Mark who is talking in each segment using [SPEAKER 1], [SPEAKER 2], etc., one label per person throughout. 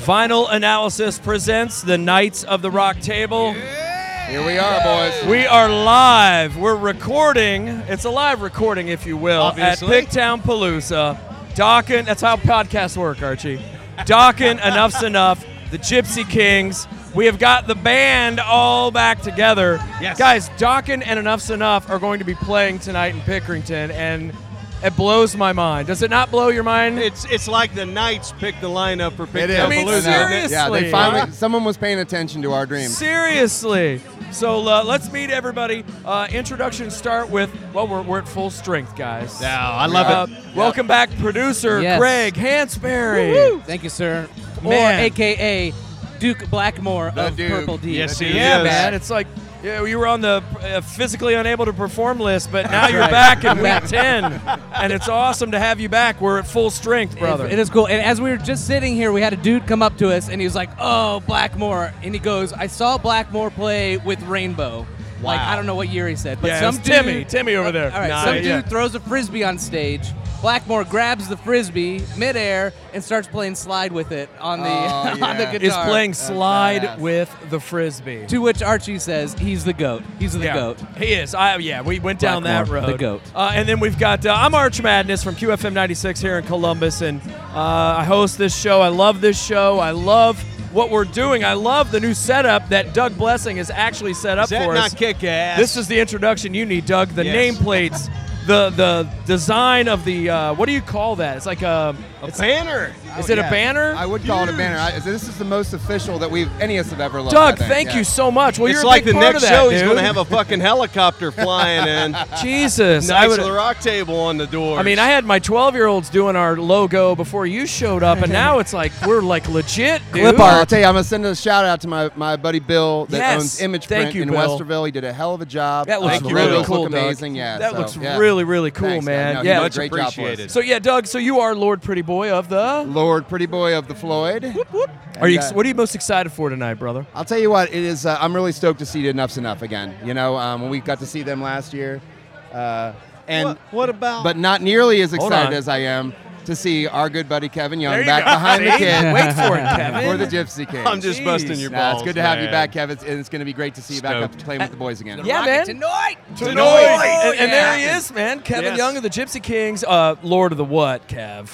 [SPEAKER 1] Final Analysis presents the Knights of the Rock Table.
[SPEAKER 2] Here we are, boys.
[SPEAKER 1] We are live. We're recording. It's a live recording, if you will,
[SPEAKER 2] Obviously.
[SPEAKER 1] at Pigtown Palooza. Dockin, that's how podcasts work, Archie. Dockin, enough's enough. The Gypsy Kings. We have got the band all back together.
[SPEAKER 2] Yes.
[SPEAKER 1] Guys, Dockin and Enough's Enough are going to be playing tonight in Pickerington, and it blows my mind. Does it not blow your mind?
[SPEAKER 3] It's it's like the Knights picked the lineup for
[SPEAKER 2] It
[SPEAKER 3] pick
[SPEAKER 2] is.
[SPEAKER 1] I mean,
[SPEAKER 2] Palooza.
[SPEAKER 1] seriously.
[SPEAKER 2] Yeah, they finally. Someone was paying attention to our dreams.
[SPEAKER 1] Seriously. So uh, let's meet everybody. Uh, introductions start with, well, we're, we're at full strength, guys.
[SPEAKER 3] Now I love
[SPEAKER 1] Uh,
[SPEAKER 3] it.
[SPEAKER 1] Welcome back, producer
[SPEAKER 4] Yes.
[SPEAKER 1] Greg Hansberry.
[SPEAKER 4] Thank you, sir.
[SPEAKER 1] Man.
[SPEAKER 4] Or AKA Duke Blackmore
[SPEAKER 2] The
[SPEAKER 4] of
[SPEAKER 2] Duke.
[SPEAKER 4] Purple D.
[SPEAKER 3] Yes, he
[SPEAKER 1] Yeah,
[SPEAKER 3] is.
[SPEAKER 1] man. It's like yeah, you were on the uh, physically unable to perform list, but now you're
[SPEAKER 4] right.
[SPEAKER 1] back in
[SPEAKER 4] I'm
[SPEAKER 1] week
[SPEAKER 4] back.
[SPEAKER 1] 10. And it's awesome to have you back. We're at full strength, brother.
[SPEAKER 4] It, it is cool. And as we were just sitting here, we had a dude come up to us and he was like, "Oh, Blackmore," and he goes, "I saw Blackmore play with Rainbow." Like
[SPEAKER 1] Wow.
[SPEAKER 4] I don't know what year he said, but
[SPEAKER 1] Yeah,
[SPEAKER 4] some
[SPEAKER 1] it's Timmy.
[SPEAKER 4] dude-
[SPEAKER 1] Timmy over there.
[SPEAKER 4] All right,
[SPEAKER 1] Nah,
[SPEAKER 4] some
[SPEAKER 1] yeah.
[SPEAKER 4] dude throws a frisbee on stage. Blackmore grabs the frisbee midair and starts playing slide with it on the
[SPEAKER 2] Oh,
[SPEAKER 4] on the
[SPEAKER 2] yeah.
[SPEAKER 4] guitar.
[SPEAKER 1] Is playing slide
[SPEAKER 2] badass.
[SPEAKER 1] with the frisbee.
[SPEAKER 4] To which Archie says, "He's the goat. He's the goat."
[SPEAKER 1] He is. I yeah. We went down that
[SPEAKER 4] Blackmore,
[SPEAKER 1] road.
[SPEAKER 4] the goat.
[SPEAKER 1] Uh, and then we've got uh, I'm Arch Madness from QFM 96 here in Columbus, and uh, I host this show. I love this show. I love what we're doing. I love the new setup that Doug Blessing has actually set up
[SPEAKER 3] Is that
[SPEAKER 1] for us.
[SPEAKER 3] not kick ass?
[SPEAKER 1] This is the introduction you need, Doug. The
[SPEAKER 3] Yes.
[SPEAKER 1] nameplates, the the design of the uh, what do you call that? It's like a.
[SPEAKER 3] a oh, banner.
[SPEAKER 1] Is it a
[SPEAKER 2] Oh, Yeah.
[SPEAKER 1] banner?
[SPEAKER 2] I would call it a banner. I, this is the most official that we've any of us have ever looked. I
[SPEAKER 1] Doug,
[SPEAKER 2] think.
[SPEAKER 1] thank
[SPEAKER 2] Yeah.
[SPEAKER 1] you so much. Well,
[SPEAKER 3] it's
[SPEAKER 1] you're a
[SPEAKER 3] like
[SPEAKER 1] big
[SPEAKER 3] the
[SPEAKER 1] part
[SPEAKER 3] next
[SPEAKER 1] of that,
[SPEAKER 3] show
[SPEAKER 1] dude.
[SPEAKER 3] he's going to have a fucking helicopter flying in.
[SPEAKER 1] Jesus, I
[SPEAKER 3] Knights of
[SPEAKER 1] would-
[SPEAKER 3] the Rock Table on the door.
[SPEAKER 1] I mean, I had my 12 year olds doing our logo before you showed up, and now it's like we're like legit, dude.
[SPEAKER 2] Well, I'll tell you, I'm gonna send a shout out to my, my buddy Bill that
[SPEAKER 1] Yes.
[SPEAKER 2] owns Image
[SPEAKER 1] Thank
[SPEAKER 2] Print
[SPEAKER 1] you,
[SPEAKER 2] in
[SPEAKER 1] Bill.
[SPEAKER 2] Westerville. He did a hell of a job.
[SPEAKER 1] That looks
[SPEAKER 2] Uh, the
[SPEAKER 3] really
[SPEAKER 2] logos
[SPEAKER 1] cool,
[SPEAKER 2] look
[SPEAKER 1] Doug.
[SPEAKER 2] amazing. Yeah,
[SPEAKER 1] That
[SPEAKER 2] so,
[SPEAKER 1] looks
[SPEAKER 2] yeah.
[SPEAKER 1] really, really cool,
[SPEAKER 2] Thanks,
[SPEAKER 1] man. Yeah.
[SPEAKER 2] No, you did a
[SPEAKER 1] Much
[SPEAKER 2] great job for us.
[SPEAKER 3] appreciated.
[SPEAKER 1] So yeah, Doug. So you are Lord Pretty Boy of the.
[SPEAKER 2] Lord, pretty boy of the Floyd.
[SPEAKER 1] Are you?
[SPEAKER 2] And, uh,
[SPEAKER 1] what are you most excited for tonight, brother?
[SPEAKER 2] I'll tell you what, it is. Uh, I'm really stoked to see Enough's Enough again. You know, um, when we got to see them last year, uh, and
[SPEAKER 3] what, what about?
[SPEAKER 2] but not nearly as
[SPEAKER 1] Hold
[SPEAKER 2] excited
[SPEAKER 1] on.
[SPEAKER 2] as I am to see our good buddy Kevin Young
[SPEAKER 1] There you
[SPEAKER 2] back
[SPEAKER 1] go.
[SPEAKER 2] behind the
[SPEAKER 1] See?
[SPEAKER 2] kid
[SPEAKER 1] Wait for it, Kevin.
[SPEAKER 2] for the Gypsy King.
[SPEAKER 3] I'm just
[SPEAKER 1] Jeez.
[SPEAKER 3] busting your
[SPEAKER 2] Nah,
[SPEAKER 3] balls.
[SPEAKER 2] it's good to have you
[SPEAKER 3] man.
[SPEAKER 2] back, Kevin, and it's going to be great to see you back up
[SPEAKER 3] Stoked.
[SPEAKER 2] playing with the boys again.
[SPEAKER 1] Yeah,
[SPEAKER 4] Rocket
[SPEAKER 1] man.
[SPEAKER 4] Tonight. Oh,
[SPEAKER 1] Tonight. And, and there he
[SPEAKER 4] Yeah.
[SPEAKER 1] is, man. Kevin
[SPEAKER 3] Yes.
[SPEAKER 1] Young of the Gypsy Kings, uh, Lord of the What, Kev?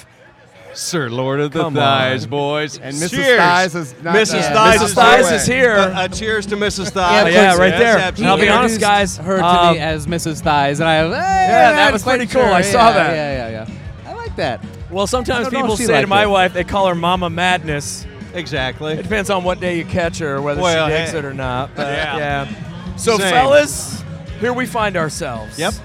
[SPEAKER 3] Sir Lord of the
[SPEAKER 1] Come
[SPEAKER 3] Thighs,
[SPEAKER 1] on.
[SPEAKER 3] boys.
[SPEAKER 2] And Mrs.
[SPEAKER 3] Cheers.
[SPEAKER 2] Thighs is not
[SPEAKER 3] Mrs.
[SPEAKER 2] there.
[SPEAKER 3] Thighs
[SPEAKER 1] Mrs.
[SPEAKER 3] is
[SPEAKER 1] Thighs
[SPEAKER 3] here.
[SPEAKER 1] is here.
[SPEAKER 3] Uh, uh, cheers to Mrs. Thighs.
[SPEAKER 1] Oh, yeah, right
[SPEAKER 3] Yes,
[SPEAKER 1] there.
[SPEAKER 3] absolutely.
[SPEAKER 1] And I'll be honest,
[SPEAKER 4] introduced
[SPEAKER 1] guys,
[SPEAKER 4] Her to
[SPEAKER 1] um,
[SPEAKER 4] me as Mrs. Thighs, and I yeah,
[SPEAKER 1] that was pretty cool. I saw that.
[SPEAKER 4] Yeah, yeah, yeah. I like that.
[SPEAKER 1] Well,
[SPEAKER 4] I
[SPEAKER 1] sometimes
[SPEAKER 4] don't know if
[SPEAKER 1] people
[SPEAKER 4] she
[SPEAKER 1] say to
[SPEAKER 4] liked
[SPEAKER 1] my
[SPEAKER 4] it.
[SPEAKER 1] wife, they call her Mama Madness.
[SPEAKER 3] Exactly.
[SPEAKER 1] It depends on what day you catch her, whether
[SPEAKER 3] Well,
[SPEAKER 1] she digs
[SPEAKER 3] hey.
[SPEAKER 1] it or not. But yeah.
[SPEAKER 3] Yeah.
[SPEAKER 1] So,
[SPEAKER 3] Same.
[SPEAKER 1] fellas, here we find ourselves.
[SPEAKER 3] Yep.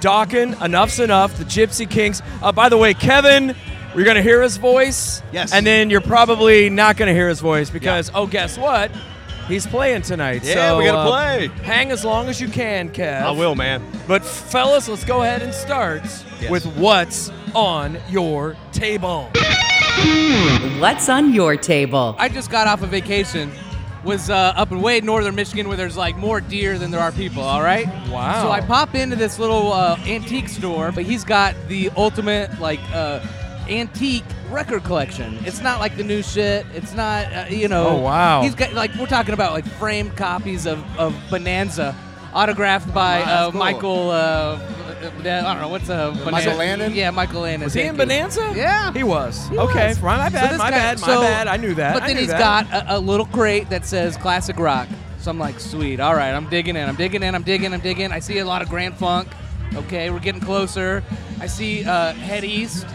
[SPEAKER 1] Dawkin, enough's enough. The Gypsy Kings. Uh, by the way, Kevin, you're gonna hear his voice.
[SPEAKER 3] Yes.
[SPEAKER 1] And then you're probably not gonna hear his voice because oh, guess what? He's playing tonight.
[SPEAKER 3] Yeah,
[SPEAKER 1] so,
[SPEAKER 3] we gotta
[SPEAKER 1] uh,
[SPEAKER 3] play.
[SPEAKER 1] Hang as long as you can, Kev.
[SPEAKER 3] I will, man.
[SPEAKER 1] But fellas, let's go ahead and start
[SPEAKER 3] Yes.
[SPEAKER 1] with what's on your table.
[SPEAKER 5] What's on your table?
[SPEAKER 4] I just got off of vacation. Was uh, up in way northern Michigan where there's like more deer than there are people. All right.
[SPEAKER 1] Wow.
[SPEAKER 4] So I pop into this little uh, antique store, but he's got the ultimate like uh, antique record collection. It's not like the new shit. It's not uh, you know.
[SPEAKER 1] Oh, wow.
[SPEAKER 4] He's got like we're talking about like framed copies of, of Bonanza, autographed by
[SPEAKER 2] wow, that's
[SPEAKER 4] uh,
[SPEAKER 2] cool.
[SPEAKER 4] Michael. Uh, uh, I don't know what's a Bonanza?
[SPEAKER 2] Landon?
[SPEAKER 4] Yeah, Michael Landon.
[SPEAKER 1] Was he
[SPEAKER 4] thank
[SPEAKER 1] in
[SPEAKER 4] you.
[SPEAKER 1] Bonanza?
[SPEAKER 4] Yeah.
[SPEAKER 1] He was.
[SPEAKER 4] He
[SPEAKER 1] okay.
[SPEAKER 4] was.
[SPEAKER 1] Right, my
[SPEAKER 4] So
[SPEAKER 1] bad.
[SPEAKER 4] this
[SPEAKER 1] my
[SPEAKER 4] guy-
[SPEAKER 1] bad.
[SPEAKER 4] so-
[SPEAKER 1] my bad. I knew that.
[SPEAKER 4] But
[SPEAKER 1] I
[SPEAKER 4] then
[SPEAKER 1] knew
[SPEAKER 4] he's
[SPEAKER 1] that.
[SPEAKER 4] got a, a little crate that says classic rock. So I'm like, sweet. All right, I'm digging in. I'm digging in. I'm digging. I'm digging. I see a lot of Grand Funk. Okay, we're getting closer. I see uh, Head East.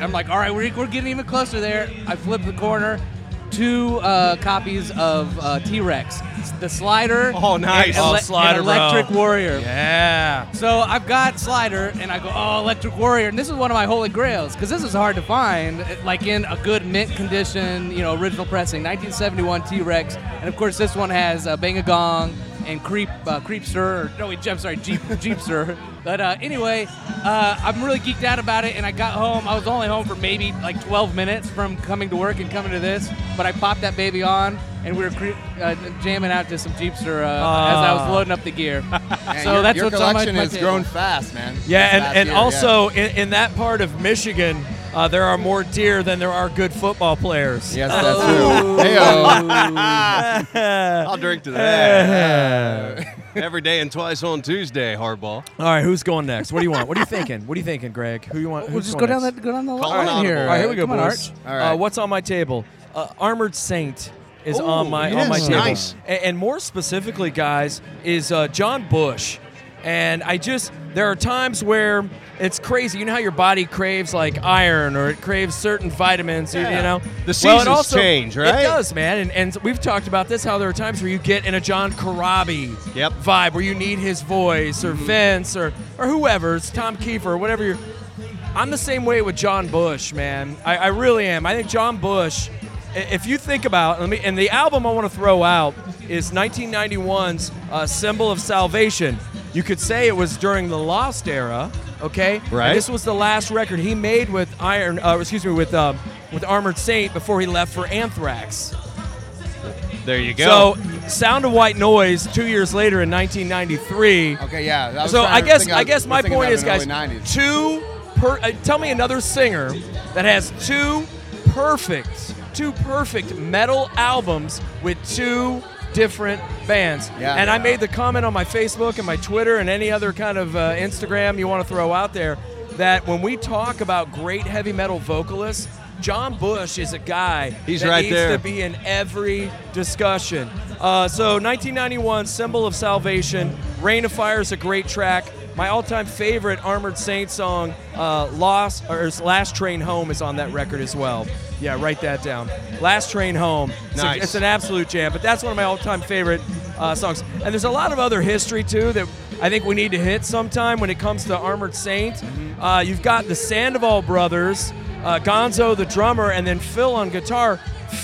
[SPEAKER 4] I'm like, all right, we're, we're getting even closer there. I flip the corner. Two uh, copies of uh, T-Rex, the Slider.
[SPEAKER 3] Oh, nice.
[SPEAKER 4] and
[SPEAKER 3] Oh,
[SPEAKER 4] Ele-
[SPEAKER 1] Slider,
[SPEAKER 4] and
[SPEAKER 1] bro.
[SPEAKER 4] Electric Warrior.
[SPEAKER 1] Yeah.
[SPEAKER 4] So I've got Slider, and I go, oh, Electric Warrior, and this is one of my holy grails because this is hard to find, eh, like in a good mint condition, you know, original pressing, 1971 T-Rex, and of course this one has uh, Bang a Gong and Creep uh, Creepster, or no, wait, I'm sorry, Jeep Jeepster. But uh, anyway, uh, I'm really geeked out about it, and I got home. I was only home for maybe like 12 minutes from coming to work and coming to this, but I popped that baby on. And we were cre- uh, jamming out to some Jeepster uh, as I
[SPEAKER 1] Ah.
[SPEAKER 4] was loading up the gear.
[SPEAKER 2] Man,
[SPEAKER 4] so
[SPEAKER 2] your,
[SPEAKER 4] that's
[SPEAKER 2] your
[SPEAKER 4] what's on my,
[SPEAKER 2] collection
[SPEAKER 4] my
[SPEAKER 2] has
[SPEAKER 4] table.
[SPEAKER 2] grown fast, man.
[SPEAKER 1] Yeah,
[SPEAKER 2] Last
[SPEAKER 1] and, and
[SPEAKER 2] year, yeah.
[SPEAKER 1] also In, in that part of Michigan, uh, there are more deer than there are good football players.
[SPEAKER 2] Yes, that's
[SPEAKER 1] Oh.
[SPEAKER 2] true. Hey,
[SPEAKER 3] I'll drink to that. Every day and twice on Tuesday, hardball.
[SPEAKER 1] All right, who's going next? What do you want? What are you thinking? What are you thinking, Greg? Who you want?
[SPEAKER 4] We'll
[SPEAKER 1] who's
[SPEAKER 4] just go
[SPEAKER 1] going
[SPEAKER 4] down
[SPEAKER 1] next?
[SPEAKER 4] that go down the
[SPEAKER 3] Call
[SPEAKER 4] line
[SPEAKER 3] an
[SPEAKER 4] here.
[SPEAKER 3] audible.
[SPEAKER 1] All right, here we go,
[SPEAKER 4] Come on,
[SPEAKER 1] boys.
[SPEAKER 4] Arch.
[SPEAKER 2] All right.
[SPEAKER 1] Uh, what's on my table? Uh, Armored Saint is on my on my
[SPEAKER 3] yes,
[SPEAKER 1] table.
[SPEAKER 3] nice.
[SPEAKER 1] A- And, more specifically, guys, is uh, John Bush. And I just there are times where it's crazy. You know how your body craves like iron or it craves certain vitamins. you- You,
[SPEAKER 3] Yeah.
[SPEAKER 1] know
[SPEAKER 3] The
[SPEAKER 1] well,
[SPEAKER 3] seasons
[SPEAKER 1] it also,
[SPEAKER 3] change, right?
[SPEAKER 1] It does, man. And, and we've talked about this. How there are times where you get in a John Karabi
[SPEAKER 3] Yep. Mm-hmm.
[SPEAKER 1] vibe where you need his voice or Vince or or whoever. It's Tom Kiefer or whatever you're. I'm the same way with John Bush, man. I, I really am. I think John Bush, i- if you think about, let me, and the album I want to throw out is 1991's uh, "Symbol of Salvation." You could say it was during the Lost era, okay? And
[SPEAKER 3] Right.
[SPEAKER 1] this was the last record he made with Iron, uh, excuse me, with um, with Armored Saint before he left for Anthrax.
[SPEAKER 3] There you go.
[SPEAKER 1] So, Sound of White Noise, two years later in 1993
[SPEAKER 2] yo. Okay, yeah. was
[SPEAKER 1] so
[SPEAKER 2] trying
[SPEAKER 1] I
[SPEAKER 2] to
[SPEAKER 1] guess
[SPEAKER 2] think
[SPEAKER 1] I
[SPEAKER 2] was
[SPEAKER 1] guess my
[SPEAKER 2] thinking
[SPEAKER 1] point
[SPEAKER 2] that
[SPEAKER 1] is,
[SPEAKER 2] in the
[SPEAKER 1] guys,
[SPEAKER 2] early 90s.
[SPEAKER 1] two per. Uh, tell me another singer that has two perfect, two perfect metal albums with two different bands.
[SPEAKER 2] Yeah.
[SPEAKER 1] And I made the comment on my Facebook and my Twitter and any other kind of uh, Instagram you want to throw out there that when we talk about great heavy metal vocalists. John Bush is a guy
[SPEAKER 3] He's
[SPEAKER 1] that
[SPEAKER 3] right
[SPEAKER 1] needs
[SPEAKER 3] there.
[SPEAKER 1] to be in every discussion. Uh, so 1991, Symbol of Salvation, Rain of Fire is a great track. My all-time favorite Armored Saint song, uh, Lost or is Last Train Home, is on that record as well. Yeah, write that down. Last Train Home. It's, a-
[SPEAKER 3] Nice.
[SPEAKER 1] it's an absolute jam, but that's one of my all-time favorite uh, songs. And there's a lot of other history too that I think we need to hit sometime when it comes to Armored Saint. Uh, you've got the Sandoval brothers, uh, Gonzo the drummer, and then Phil on guitar.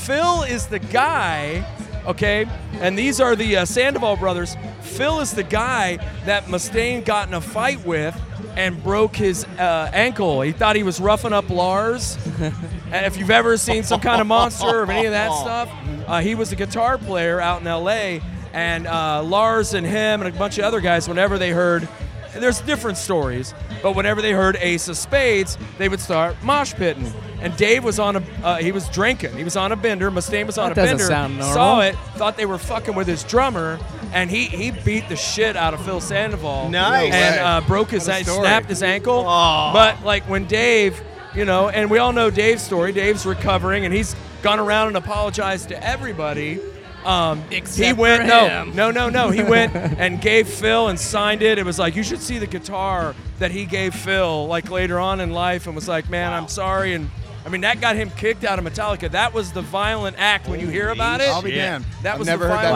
[SPEAKER 1] Phil is the guy, okay, and these are the uh, Sandoval brothers. Phil is the guy that Mustaine got in a fight with and broke his uh, ankle. He thought he was roughing up Lars. and if you've ever seen some kind of monster or any of that stuff, uh, he was a guitar player out in L.A. And uh, Lars and him and a bunch of other guys, whenever they heard, there's different stories, but whenever they heard Ace of Spades, they would start mosh pitting. And Dave was on a, uh, he was drinking. He was on a bender. Mustaine was on
[SPEAKER 4] That
[SPEAKER 1] a
[SPEAKER 4] doesn't
[SPEAKER 1] bender.
[SPEAKER 4] sound normal.
[SPEAKER 1] Saw it, thought they were fucking with his drummer, and he, he beat the shit out of Phil Sandoval.
[SPEAKER 3] Nice.
[SPEAKER 1] And uh, broke his,
[SPEAKER 2] What a
[SPEAKER 1] an-
[SPEAKER 2] story.
[SPEAKER 1] snapped his ankle.
[SPEAKER 3] Aw.
[SPEAKER 1] But like when Dave, you know, and we all know Dave's story. Dave's recovering, and he's gone around and apologized to everybody. Um,
[SPEAKER 4] Except
[SPEAKER 1] he went
[SPEAKER 4] for
[SPEAKER 1] no,
[SPEAKER 4] him.
[SPEAKER 1] no, no, no. He went and gave Phil and signed it. It was like you should see the guitar that he gave Phil like later on in life, and was like, man, I'm sorry. And I mean that got him kicked out of Metallica. That was the violent act when you hear about it.
[SPEAKER 2] I'll be damned.
[SPEAKER 1] That
[SPEAKER 2] I've
[SPEAKER 1] was
[SPEAKER 2] never
[SPEAKER 1] the
[SPEAKER 2] heard that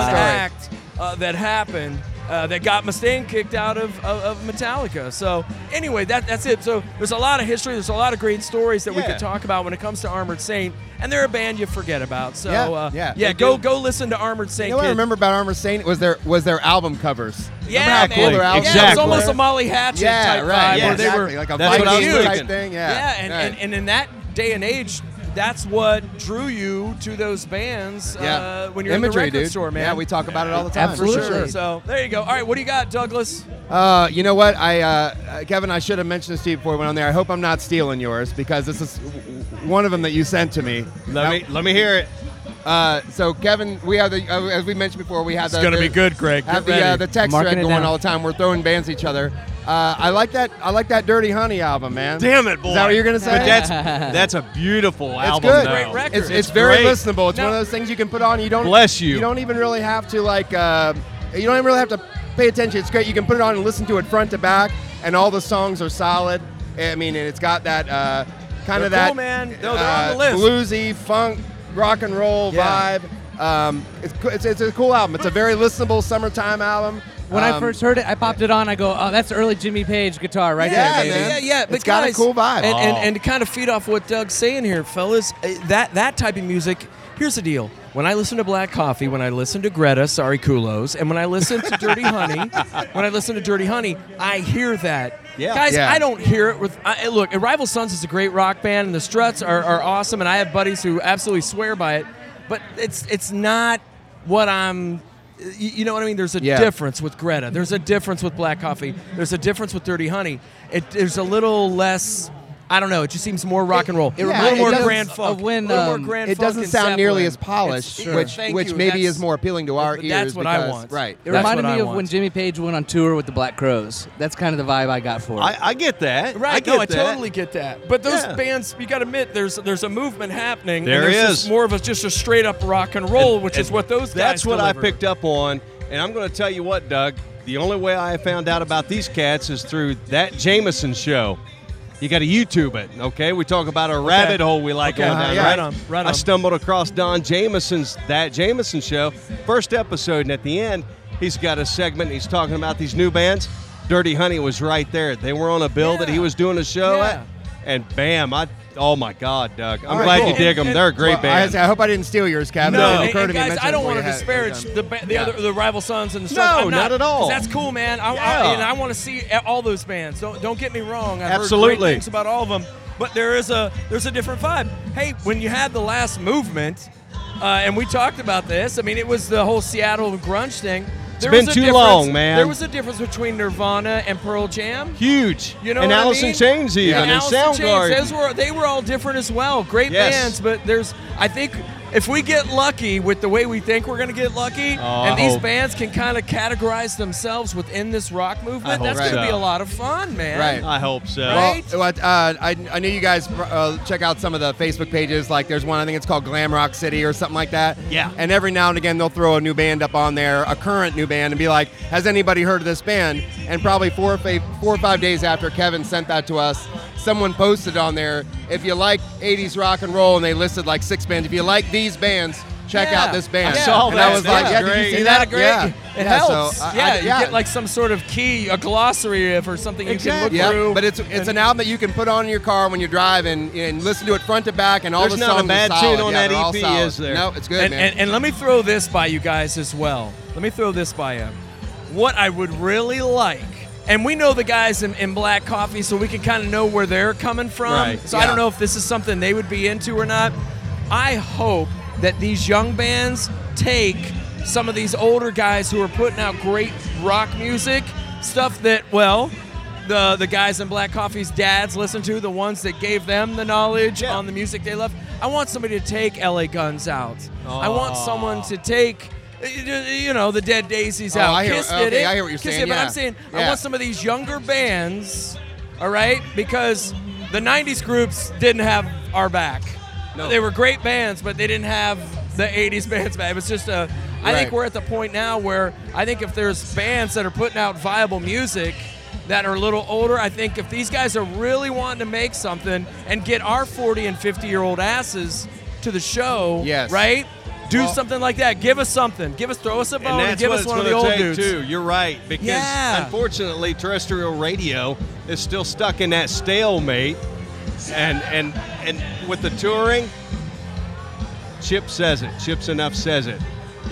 [SPEAKER 1] violent
[SPEAKER 2] story.
[SPEAKER 1] act uh, that happened uh, that got Mustaine kicked out of, of, of Metallica. So anyway, that that's it. So there's a lot of history. There's a lot of great stories that we
[SPEAKER 3] Yeah.
[SPEAKER 1] could talk about when it comes to Armored Saint, and they're a band you forget about. So
[SPEAKER 2] Yeah,
[SPEAKER 1] uh,
[SPEAKER 2] yeah, they
[SPEAKER 1] go
[SPEAKER 2] do.
[SPEAKER 1] go listen to Armored Saint.
[SPEAKER 2] You know what I
[SPEAKER 1] kid.
[SPEAKER 2] remember about Armor Saint was their was their album covers. Remember
[SPEAKER 1] Yeah,
[SPEAKER 2] how
[SPEAKER 1] man.
[SPEAKER 2] cool their album
[SPEAKER 1] Yeah, it was
[SPEAKER 3] Exactly.
[SPEAKER 1] almost a Molly Hatchet
[SPEAKER 2] Yeah,
[SPEAKER 1] type
[SPEAKER 2] right.
[SPEAKER 1] vibe
[SPEAKER 3] yeah,
[SPEAKER 1] where they
[SPEAKER 2] exactly.
[SPEAKER 1] were
[SPEAKER 2] like a
[SPEAKER 3] That's what I was
[SPEAKER 2] Vikings type
[SPEAKER 3] thinking.
[SPEAKER 2] thing. Yeah,
[SPEAKER 1] yeah, and,
[SPEAKER 2] Right.
[SPEAKER 1] and, and in that day and age, that's what drew you to those bands uh, when you're
[SPEAKER 2] Imagery,
[SPEAKER 1] in the record
[SPEAKER 2] dude.
[SPEAKER 1] store, man.
[SPEAKER 2] Yeah, we talk about it all the time.
[SPEAKER 1] For
[SPEAKER 4] Absolutely.
[SPEAKER 1] sure. So there you go. All right, what do you got, Douglas?
[SPEAKER 2] Uh, you know what? I, uh, uh, Kevin, I should have mentioned this to you before we went on there. I hope I'm not stealing yours because this is w- w- one of them that you sent to me.
[SPEAKER 3] let me let me hear it.
[SPEAKER 2] Uh, so, Kevin, we have the uh, as we mentioned before, we have the,
[SPEAKER 1] gonna
[SPEAKER 2] the-
[SPEAKER 1] be good, Greg.
[SPEAKER 2] Have
[SPEAKER 1] Get
[SPEAKER 2] the uh,
[SPEAKER 1] ready.
[SPEAKER 2] the text
[SPEAKER 4] Marking
[SPEAKER 2] thread
[SPEAKER 4] it
[SPEAKER 2] going
[SPEAKER 4] down.
[SPEAKER 2] all the time. We're throwing bands at each other. Uh, I like that. I like that Dirty Honey album, man.
[SPEAKER 3] Damn it, boy.
[SPEAKER 2] Is that what you're gonna say?
[SPEAKER 3] But that's that's a beautiful
[SPEAKER 2] it's
[SPEAKER 3] album.
[SPEAKER 2] good.
[SPEAKER 3] though.
[SPEAKER 1] Great record.
[SPEAKER 2] It's, it's
[SPEAKER 3] It's
[SPEAKER 2] very
[SPEAKER 3] great.
[SPEAKER 2] listenable. It's
[SPEAKER 1] No.
[SPEAKER 2] one of those things you can put on. You don't
[SPEAKER 3] Bless you.
[SPEAKER 2] You don't even really have to like. Uh, you don't even really have to pay attention. It's great. You can put it on and listen to it front to back, and all the songs are solid. I mean, and it's got that uh, kind
[SPEAKER 1] They're cool,
[SPEAKER 2] of that uh,
[SPEAKER 1] man. No, they're on the list.
[SPEAKER 2] bluesy funk rock and roll
[SPEAKER 1] Yeah.
[SPEAKER 2] vibe. Um, it's, co- it's it's a cool album. It's a very listenable summertime album.
[SPEAKER 4] When I
[SPEAKER 2] Um,
[SPEAKER 4] first heard it, I popped it on. I go, oh, that's early Jimmy Page guitar right
[SPEAKER 2] Yeah,
[SPEAKER 4] there, baby.
[SPEAKER 2] man.
[SPEAKER 1] yeah, yeah. But
[SPEAKER 2] It's got a
[SPEAKER 1] guys,
[SPEAKER 2] cool vibe.
[SPEAKER 1] And, and,
[SPEAKER 3] Oh.
[SPEAKER 1] and to kind of feed off what Doug's saying here, fellas, uh, that that type of music. Here's the deal. When I listen to Black Coffee, when I listen to Greta, sorry Kulos, and when I listen to Dirty Honey, when I listen to Dirty Honey, I hear that.
[SPEAKER 3] Yeah.
[SPEAKER 1] Guys,
[SPEAKER 2] Yeah.
[SPEAKER 1] I don't hear it with. I, look, Rival Sons is a great rock band, and the Struts are, are awesome, and I have buddies who absolutely swear by it, but it's it's not what I'm. y- You know what I mean? There's a
[SPEAKER 2] Yeah.
[SPEAKER 1] difference difference with Greta. There's a difference with Black Coffee. There's a difference with Dirty Honey. It, there's a little less I don't know. It just seems more rock and roll.
[SPEAKER 4] it
[SPEAKER 1] a
[SPEAKER 2] Yeah,
[SPEAKER 1] little
[SPEAKER 2] it
[SPEAKER 1] more
[SPEAKER 2] does-
[SPEAKER 1] grand
[SPEAKER 4] of
[SPEAKER 1] funk.
[SPEAKER 4] when,
[SPEAKER 1] a little
[SPEAKER 4] um,
[SPEAKER 1] more grand
[SPEAKER 2] it
[SPEAKER 1] funk
[SPEAKER 2] doesn't
[SPEAKER 1] and
[SPEAKER 2] sound nearly
[SPEAKER 1] Zeppelin.
[SPEAKER 2] as polished,
[SPEAKER 1] It's-
[SPEAKER 2] which
[SPEAKER 1] Thank
[SPEAKER 2] which
[SPEAKER 1] you.
[SPEAKER 2] maybe
[SPEAKER 1] That's-
[SPEAKER 2] is more appealing to our
[SPEAKER 1] But
[SPEAKER 2] ears.
[SPEAKER 1] that's what I
[SPEAKER 2] because-
[SPEAKER 1] want.
[SPEAKER 2] Right.
[SPEAKER 4] It
[SPEAKER 1] That's
[SPEAKER 4] reminded
[SPEAKER 1] what I
[SPEAKER 4] me of
[SPEAKER 1] want.
[SPEAKER 4] when Jimmy Page went on tour with the Black Crows. That's kind of the vibe I got for it.
[SPEAKER 3] I, I get that.
[SPEAKER 1] Right,
[SPEAKER 3] I get
[SPEAKER 1] no, I
[SPEAKER 3] that.
[SPEAKER 1] totally get that. But those
[SPEAKER 3] Yeah.
[SPEAKER 1] bands, you got to admit, there's there's a movement happening. and
[SPEAKER 3] There
[SPEAKER 1] there's
[SPEAKER 3] is.
[SPEAKER 1] just more of a, just a straight up rock and roll, which
[SPEAKER 3] And
[SPEAKER 1] is what those guys.
[SPEAKER 3] That's what
[SPEAKER 1] deliver.
[SPEAKER 3] I picked up on, and I'm going to tell you what, Doug. The only way I found out about these cats is through that Jameson show. You got to YouTube it, okay? We talk about a rabbit hole we like
[SPEAKER 1] Okay,
[SPEAKER 3] going
[SPEAKER 1] uh-huh,
[SPEAKER 3] down,
[SPEAKER 2] yeah.
[SPEAKER 3] right?
[SPEAKER 2] Right
[SPEAKER 1] on, right
[SPEAKER 3] I
[SPEAKER 1] on.
[SPEAKER 3] stumbled across Don Jameson's that Jameson show, first episode, and at the end, he's got a segment. He's talking about these new bands. Dirty Honey was right there. They were on a bill that he
[SPEAKER 1] Yeah.
[SPEAKER 3] was doing a show
[SPEAKER 1] Yeah.
[SPEAKER 3] at, and bam! I oh my God, Doug! I'm
[SPEAKER 2] right,
[SPEAKER 3] glad you
[SPEAKER 2] cool.
[SPEAKER 3] dig them.
[SPEAKER 1] And-
[SPEAKER 3] They're a great
[SPEAKER 2] Well, I,
[SPEAKER 3] band.
[SPEAKER 2] was- I hope I didn't steal yours, Kevin.
[SPEAKER 3] No.
[SPEAKER 2] It didn't
[SPEAKER 1] And,
[SPEAKER 2] occur
[SPEAKER 1] and
[SPEAKER 2] to me
[SPEAKER 1] guys,
[SPEAKER 2] mention
[SPEAKER 1] I
[SPEAKER 2] it
[SPEAKER 1] don't
[SPEAKER 2] before
[SPEAKER 1] want to
[SPEAKER 2] you had-
[SPEAKER 1] disparage the ba- the
[SPEAKER 2] Yeah.
[SPEAKER 1] other the rival sons and stuff.
[SPEAKER 3] No,
[SPEAKER 1] I'm
[SPEAKER 3] not at all.
[SPEAKER 1] 'cause That's cool, man. I, I,
[SPEAKER 3] Yeah.
[SPEAKER 1] and I want to see a- all those bands. Don't don't get me wrong. I've heard great
[SPEAKER 3] Absolutely.
[SPEAKER 1] things about all of them, but there is a there's a different vibe. Hey, when you had the last movement, uh, and we talked about this. I mean, it was the whole Seattle grunge thing. There
[SPEAKER 3] been
[SPEAKER 1] was a
[SPEAKER 3] too
[SPEAKER 1] difference-
[SPEAKER 3] long, man.
[SPEAKER 1] There was a difference between Nirvana and Pearl Jam.
[SPEAKER 3] Huge.
[SPEAKER 1] You know
[SPEAKER 3] and
[SPEAKER 1] what
[SPEAKER 3] Alice
[SPEAKER 1] I mean?
[SPEAKER 3] in Chains even
[SPEAKER 1] And
[SPEAKER 3] and,
[SPEAKER 1] Alice in Chains,
[SPEAKER 3] Soundgarden.
[SPEAKER 1] those were- they were all different as well. Great
[SPEAKER 3] Yes.
[SPEAKER 1] bands, but there's I think if we get lucky with the way we think we're going to get lucky,
[SPEAKER 2] Oh.
[SPEAKER 3] I
[SPEAKER 1] and these
[SPEAKER 3] hope.
[SPEAKER 1] bands can kind of categorize themselves within this rock movement,
[SPEAKER 3] hope
[SPEAKER 1] that's going to
[SPEAKER 3] so.
[SPEAKER 1] be a lot of fun, man.
[SPEAKER 2] Oh, Right.
[SPEAKER 3] I hope so.
[SPEAKER 1] Right?
[SPEAKER 2] Well, what, uh, I, I know you guys uh, check out some of the Facebook pages. Like, there's one I think it's called Glam Rock City or something like that.
[SPEAKER 3] Yeah.
[SPEAKER 2] And every now and again, they'll throw a new band up on there, a current new band, and be like, "Has anybody heard of this band?" And probably four or five, four or five days after Kevin sent that to us, someone posted on there, "If you like '80s rock and roll," and they listed like six bands. If you like these bands. Check
[SPEAKER 1] Yeah.
[SPEAKER 2] out this band.
[SPEAKER 1] I saw
[SPEAKER 2] and
[SPEAKER 3] that.
[SPEAKER 2] I was
[SPEAKER 3] That
[SPEAKER 2] like,
[SPEAKER 3] was
[SPEAKER 2] "Yeah, did
[SPEAKER 3] great.
[SPEAKER 2] you see
[SPEAKER 1] Isn't
[SPEAKER 2] that?
[SPEAKER 1] that great?
[SPEAKER 2] Yeah,
[SPEAKER 1] It
[SPEAKER 2] Yeah, so
[SPEAKER 1] helps.
[SPEAKER 2] I- I-
[SPEAKER 1] yeah,
[SPEAKER 2] yeah.
[SPEAKER 1] you get like some sort of key, a glossary of, or something you can look
[SPEAKER 2] Yeah,
[SPEAKER 1] through.
[SPEAKER 2] but it's it's an album that you can put on in your car when you're driving and listen to it front to back, and all
[SPEAKER 3] There's
[SPEAKER 2] the
[SPEAKER 3] not a
[SPEAKER 2] songs are
[SPEAKER 3] bad
[SPEAKER 2] solid.
[SPEAKER 3] tune on
[SPEAKER 2] Yeah,
[SPEAKER 3] that
[SPEAKER 2] they're all
[SPEAKER 3] EP,
[SPEAKER 2] solid.
[SPEAKER 3] is there?
[SPEAKER 2] No, it's good,
[SPEAKER 1] and,
[SPEAKER 2] man.
[SPEAKER 1] and, and let me throw this by you guys as well. Let me throw this by you. What I would really like, and we know the guys in, in Black Coffee, so we can kind of know where they're coming from.
[SPEAKER 3] Right,
[SPEAKER 1] so I
[SPEAKER 2] yeah.
[SPEAKER 1] don't know if this is something they would be into or not. I hope that these young bands take some of these older guys who are putting out great rock music, stuff that, well, the, the guys in Black Coffee's dads listen to, the ones that gave them the knowledge
[SPEAKER 3] Yeah.
[SPEAKER 1] on the music they love. I want somebody to take LA Guns out. I want someone to take, you know, the Dead Daisies
[SPEAKER 2] Oh,
[SPEAKER 1] out.
[SPEAKER 2] I hear-
[SPEAKER 1] Kiss did
[SPEAKER 2] okay,
[SPEAKER 1] it.
[SPEAKER 2] I hear what you're
[SPEAKER 1] Kiss
[SPEAKER 2] saying,
[SPEAKER 1] Did, But
[SPEAKER 2] yeah.
[SPEAKER 1] I'm saying I
[SPEAKER 2] Yeah.
[SPEAKER 1] want some of these younger bands, all right, because the '90s groups didn't have our back.
[SPEAKER 3] No.
[SPEAKER 1] They were great bands, but they didn't have the '80s bands back. It was just a. I think
[SPEAKER 2] Right.
[SPEAKER 1] we're at the point now where I think if there's bands that are putting out viable music that are a little older, I think if these guys are really wanting to make something and get our 40 and 50 year old asses to the show,
[SPEAKER 2] Yes.
[SPEAKER 1] right? Do
[SPEAKER 2] Well-
[SPEAKER 1] something like that. Give us something. Give us throw us a
[SPEAKER 3] and
[SPEAKER 1] bone and,
[SPEAKER 3] that's
[SPEAKER 1] give
[SPEAKER 3] what
[SPEAKER 1] us
[SPEAKER 3] it's
[SPEAKER 1] one of
[SPEAKER 3] going
[SPEAKER 1] the
[SPEAKER 3] to
[SPEAKER 1] old
[SPEAKER 3] take
[SPEAKER 1] dudes.
[SPEAKER 3] too. You're right, because
[SPEAKER 1] Yeah.
[SPEAKER 3] unfortunately, terrestrial radio is still stuck in that stalemate, and and and with the touring, Chip says it. Chip's enough says it.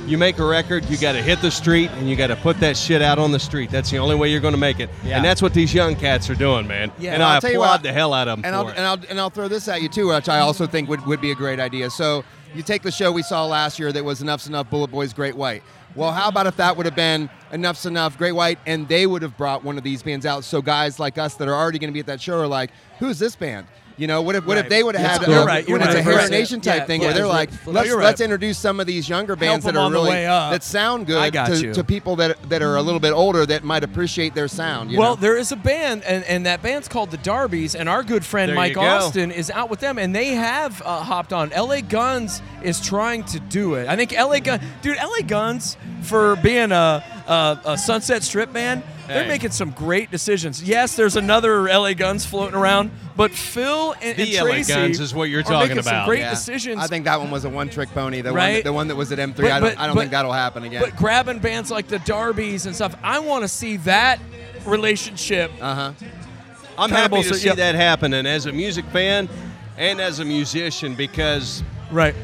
[SPEAKER 3] You make a record, you got to hit the street, and you got to put that shit out on the street. That's the only way you're going to make it,
[SPEAKER 2] Yeah.
[SPEAKER 3] and that's what these young cats are doing, man.
[SPEAKER 1] Yeah.
[SPEAKER 3] and
[SPEAKER 1] Well,
[SPEAKER 3] I
[SPEAKER 2] I'll tell you
[SPEAKER 3] applaud
[SPEAKER 2] what,
[SPEAKER 3] the hell out of them
[SPEAKER 2] and
[SPEAKER 3] for
[SPEAKER 2] I'll,
[SPEAKER 3] it.
[SPEAKER 2] and I'll and I'll throw this at you too, which I also think would, would be a great idea. So you take the show we saw last year that was Enough's Enough, Bullet Boys, Great White. Well, how about if that would have been Enough's Enough, Great White, and they would have brought one of these bands out? So guys like us that are already going to be at that show are like, who's this band? You know, what if what if they would have had
[SPEAKER 1] That's cool. You're
[SPEAKER 2] uh,
[SPEAKER 1] right, you're
[SPEAKER 2] when it's
[SPEAKER 1] right.
[SPEAKER 2] a Hero
[SPEAKER 1] Right.
[SPEAKER 2] Nation type
[SPEAKER 4] Yeah,
[SPEAKER 2] thing
[SPEAKER 4] yeah,
[SPEAKER 2] where they're
[SPEAKER 4] it's
[SPEAKER 2] like,
[SPEAKER 4] right.
[SPEAKER 2] let's
[SPEAKER 1] You're right.
[SPEAKER 2] let's introduce some of these younger bands that
[SPEAKER 1] them
[SPEAKER 2] are
[SPEAKER 1] on the
[SPEAKER 2] really
[SPEAKER 1] way up.
[SPEAKER 2] that sound
[SPEAKER 1] I
[SPEAKER 2] good
[SPEAKER 1] got
[SPEAKER 2] to,
[SPEAKER 1] you.
[SPEAKER 2] to people that that are a little bit older that might appreciate their sound. you
[SPEAKER 1] well,
[SPEAKER 2] know?
[SPEAKER 1] there is a band, and, and that band's called the Darbies, and our good friend
[SPEAKER 3] There
[SPEAKER 1] Mike
[SPEAKER 3] you go.
[SPEAKER 1] Austin is out with them, and they have uh, hopped on. LA Guns is trying to do it. I think LA Guns, dude, LA Guns, for being a, a, a Sunset Strip band, they're
[SPEAKER 3] Hey.
[SPEAKER 1] making some great decisions. Yes, there's another LA Guns floating around, but Phil and, and
[SPEAKER 3] The LA
[SPEAKER 1] Tracy
[SPEAKER 3] Guns is what you're
[SPEAKER 1] are
[SPEAKER 3] talking
[SPEAKER 1] making
[SPEAKER 3] about.
[SPEAKER 1] Some great
[SPEAKER 2] Yeah.
[SPEAKER 1] decisions.
[SPEAKER 2] I think that one was a one-trick pony. The one,
[SPEAKER 1] Right?
[SPEAKER 2] that, the one that was at M3.
[SPEAKER 1] But-
[SPEAKER 2] I don't,
[SPEAKER 1] but-
[SPEAKER 2] I don't
[SPEAKER 1] but-
[SPEAKER 2] think that'll happen again.
[SPEAKER 1] But grabbing bands like the Darbies and stuff, I want to see that relationship
[SPEAKER 3] Uh-huh.
[SPEAKER 2] uh huh.
[SPEAKER 3] I'm
[SPEAKER 1] Cannibal,
[SPEAKER 3] happy to
[SPEAKER 1] so-
[SPEAKER 3] see
[SPEAKER 1] yep.
[SPEAKER 3] that happen, and as a music fan, and as a musician, because
[SPEAKER 1] right.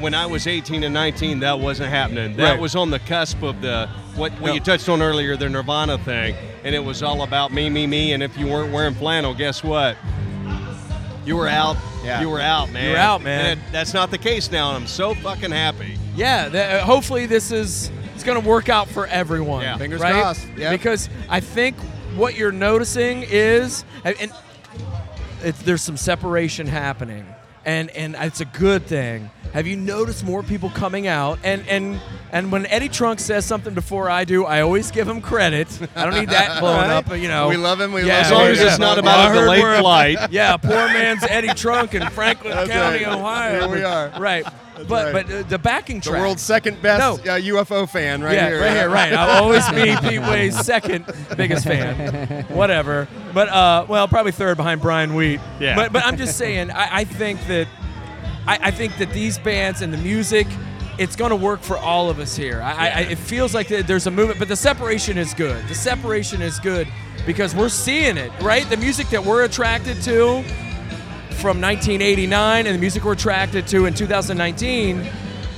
[SPEAKER 3] when I was 18 and 19, that wasn't happening. That
[SPEAKER 1] Right.
[SPEAKER 3] was on the cusp of the what, what
[SPEAKER 1] No.
[SPEAKER 3] you touched on earlier, the Nirvana thing, and it was all about me, me, me. And if you weren't wearing flannel, guess what? You were out.
[SPEAKER 2] Yeah.
[SPEAKER 3] You were out, man.
[SPEAKER 1] You were out, man.
[SPEAKER 3] And it- that's not the case now, and I'm so fucking happy.
[SPEAKER 1] Yeah, that, uh, hopefully this is it's going to work out for everyone.
[SPEAKER 3] Yeah.
[SPEAKER 2] Fingers
[SPEAKER 1] right?
[SPEAKER 2] crossed, yeah.
[SPEAKER 1] Because I think what you're noticing is and, and it's, there's some separation happening, and and it's a good thing. Have you noticed more people coming out? And and and when Eddie Trunk says something before I do, I always give him credit. I don't need that blown
[SPEAKER 2] Right.
[SPEAKER 1] up. You know,
[SPEAKER 2] We love him, we
[SPEAKER 1] yeah,
[SPEAKER 2] love
[SPEAKER 3] As long
[SPEAKER 1] yeah,
[SPEAKER 3] as
[SPEAKER 1] yeah.
[SPEAKER 3] it's not
[SPEAKER 1] Well, I
[SPEAKER 3] about a
[SPEAKER 1] heard we're
[SPEAKER 3] delayed
[SPEAKER 1] a-
[SPEAKER 3] flight.
[SPEAKER 1] yeah, poor man's Eddie Trunk in Franklin County,
[SPEAKER 2] right.
[SPEAKER 1] Ohio.
[SPEAKER 2] Here we are.
[SPEAKER 1] Right. but
[SPEAKER 2] right.
[SPEAKER 1] but uh, the backing
[SPEAKER 2] The
[SPEAKER 1] track.
[SPEAKER 2] world's second best
[SPEAKER 1] No.
[SPEAKER 2] uh, UFO fan, right
[SPEAKER 1] yeah,
[SPEAKER 2] here.
[SPEAKER 1] right here, right. I'll always be Pete Way's second biggest fan, whatever. But uh, well, probably third behind Brian Wheat.
[SPEAKER 3] Yeah.
[SPEAKER 1] But but I'm just saying, I, I think that I, I think that these bands and the music, it's going to work for all of us here. I, I, it feels like that there's a movement, but the separation is good. The separation is good because we're seeing it, right? The music that we're attracted to from 1989 and the music we're attracted to in 2019,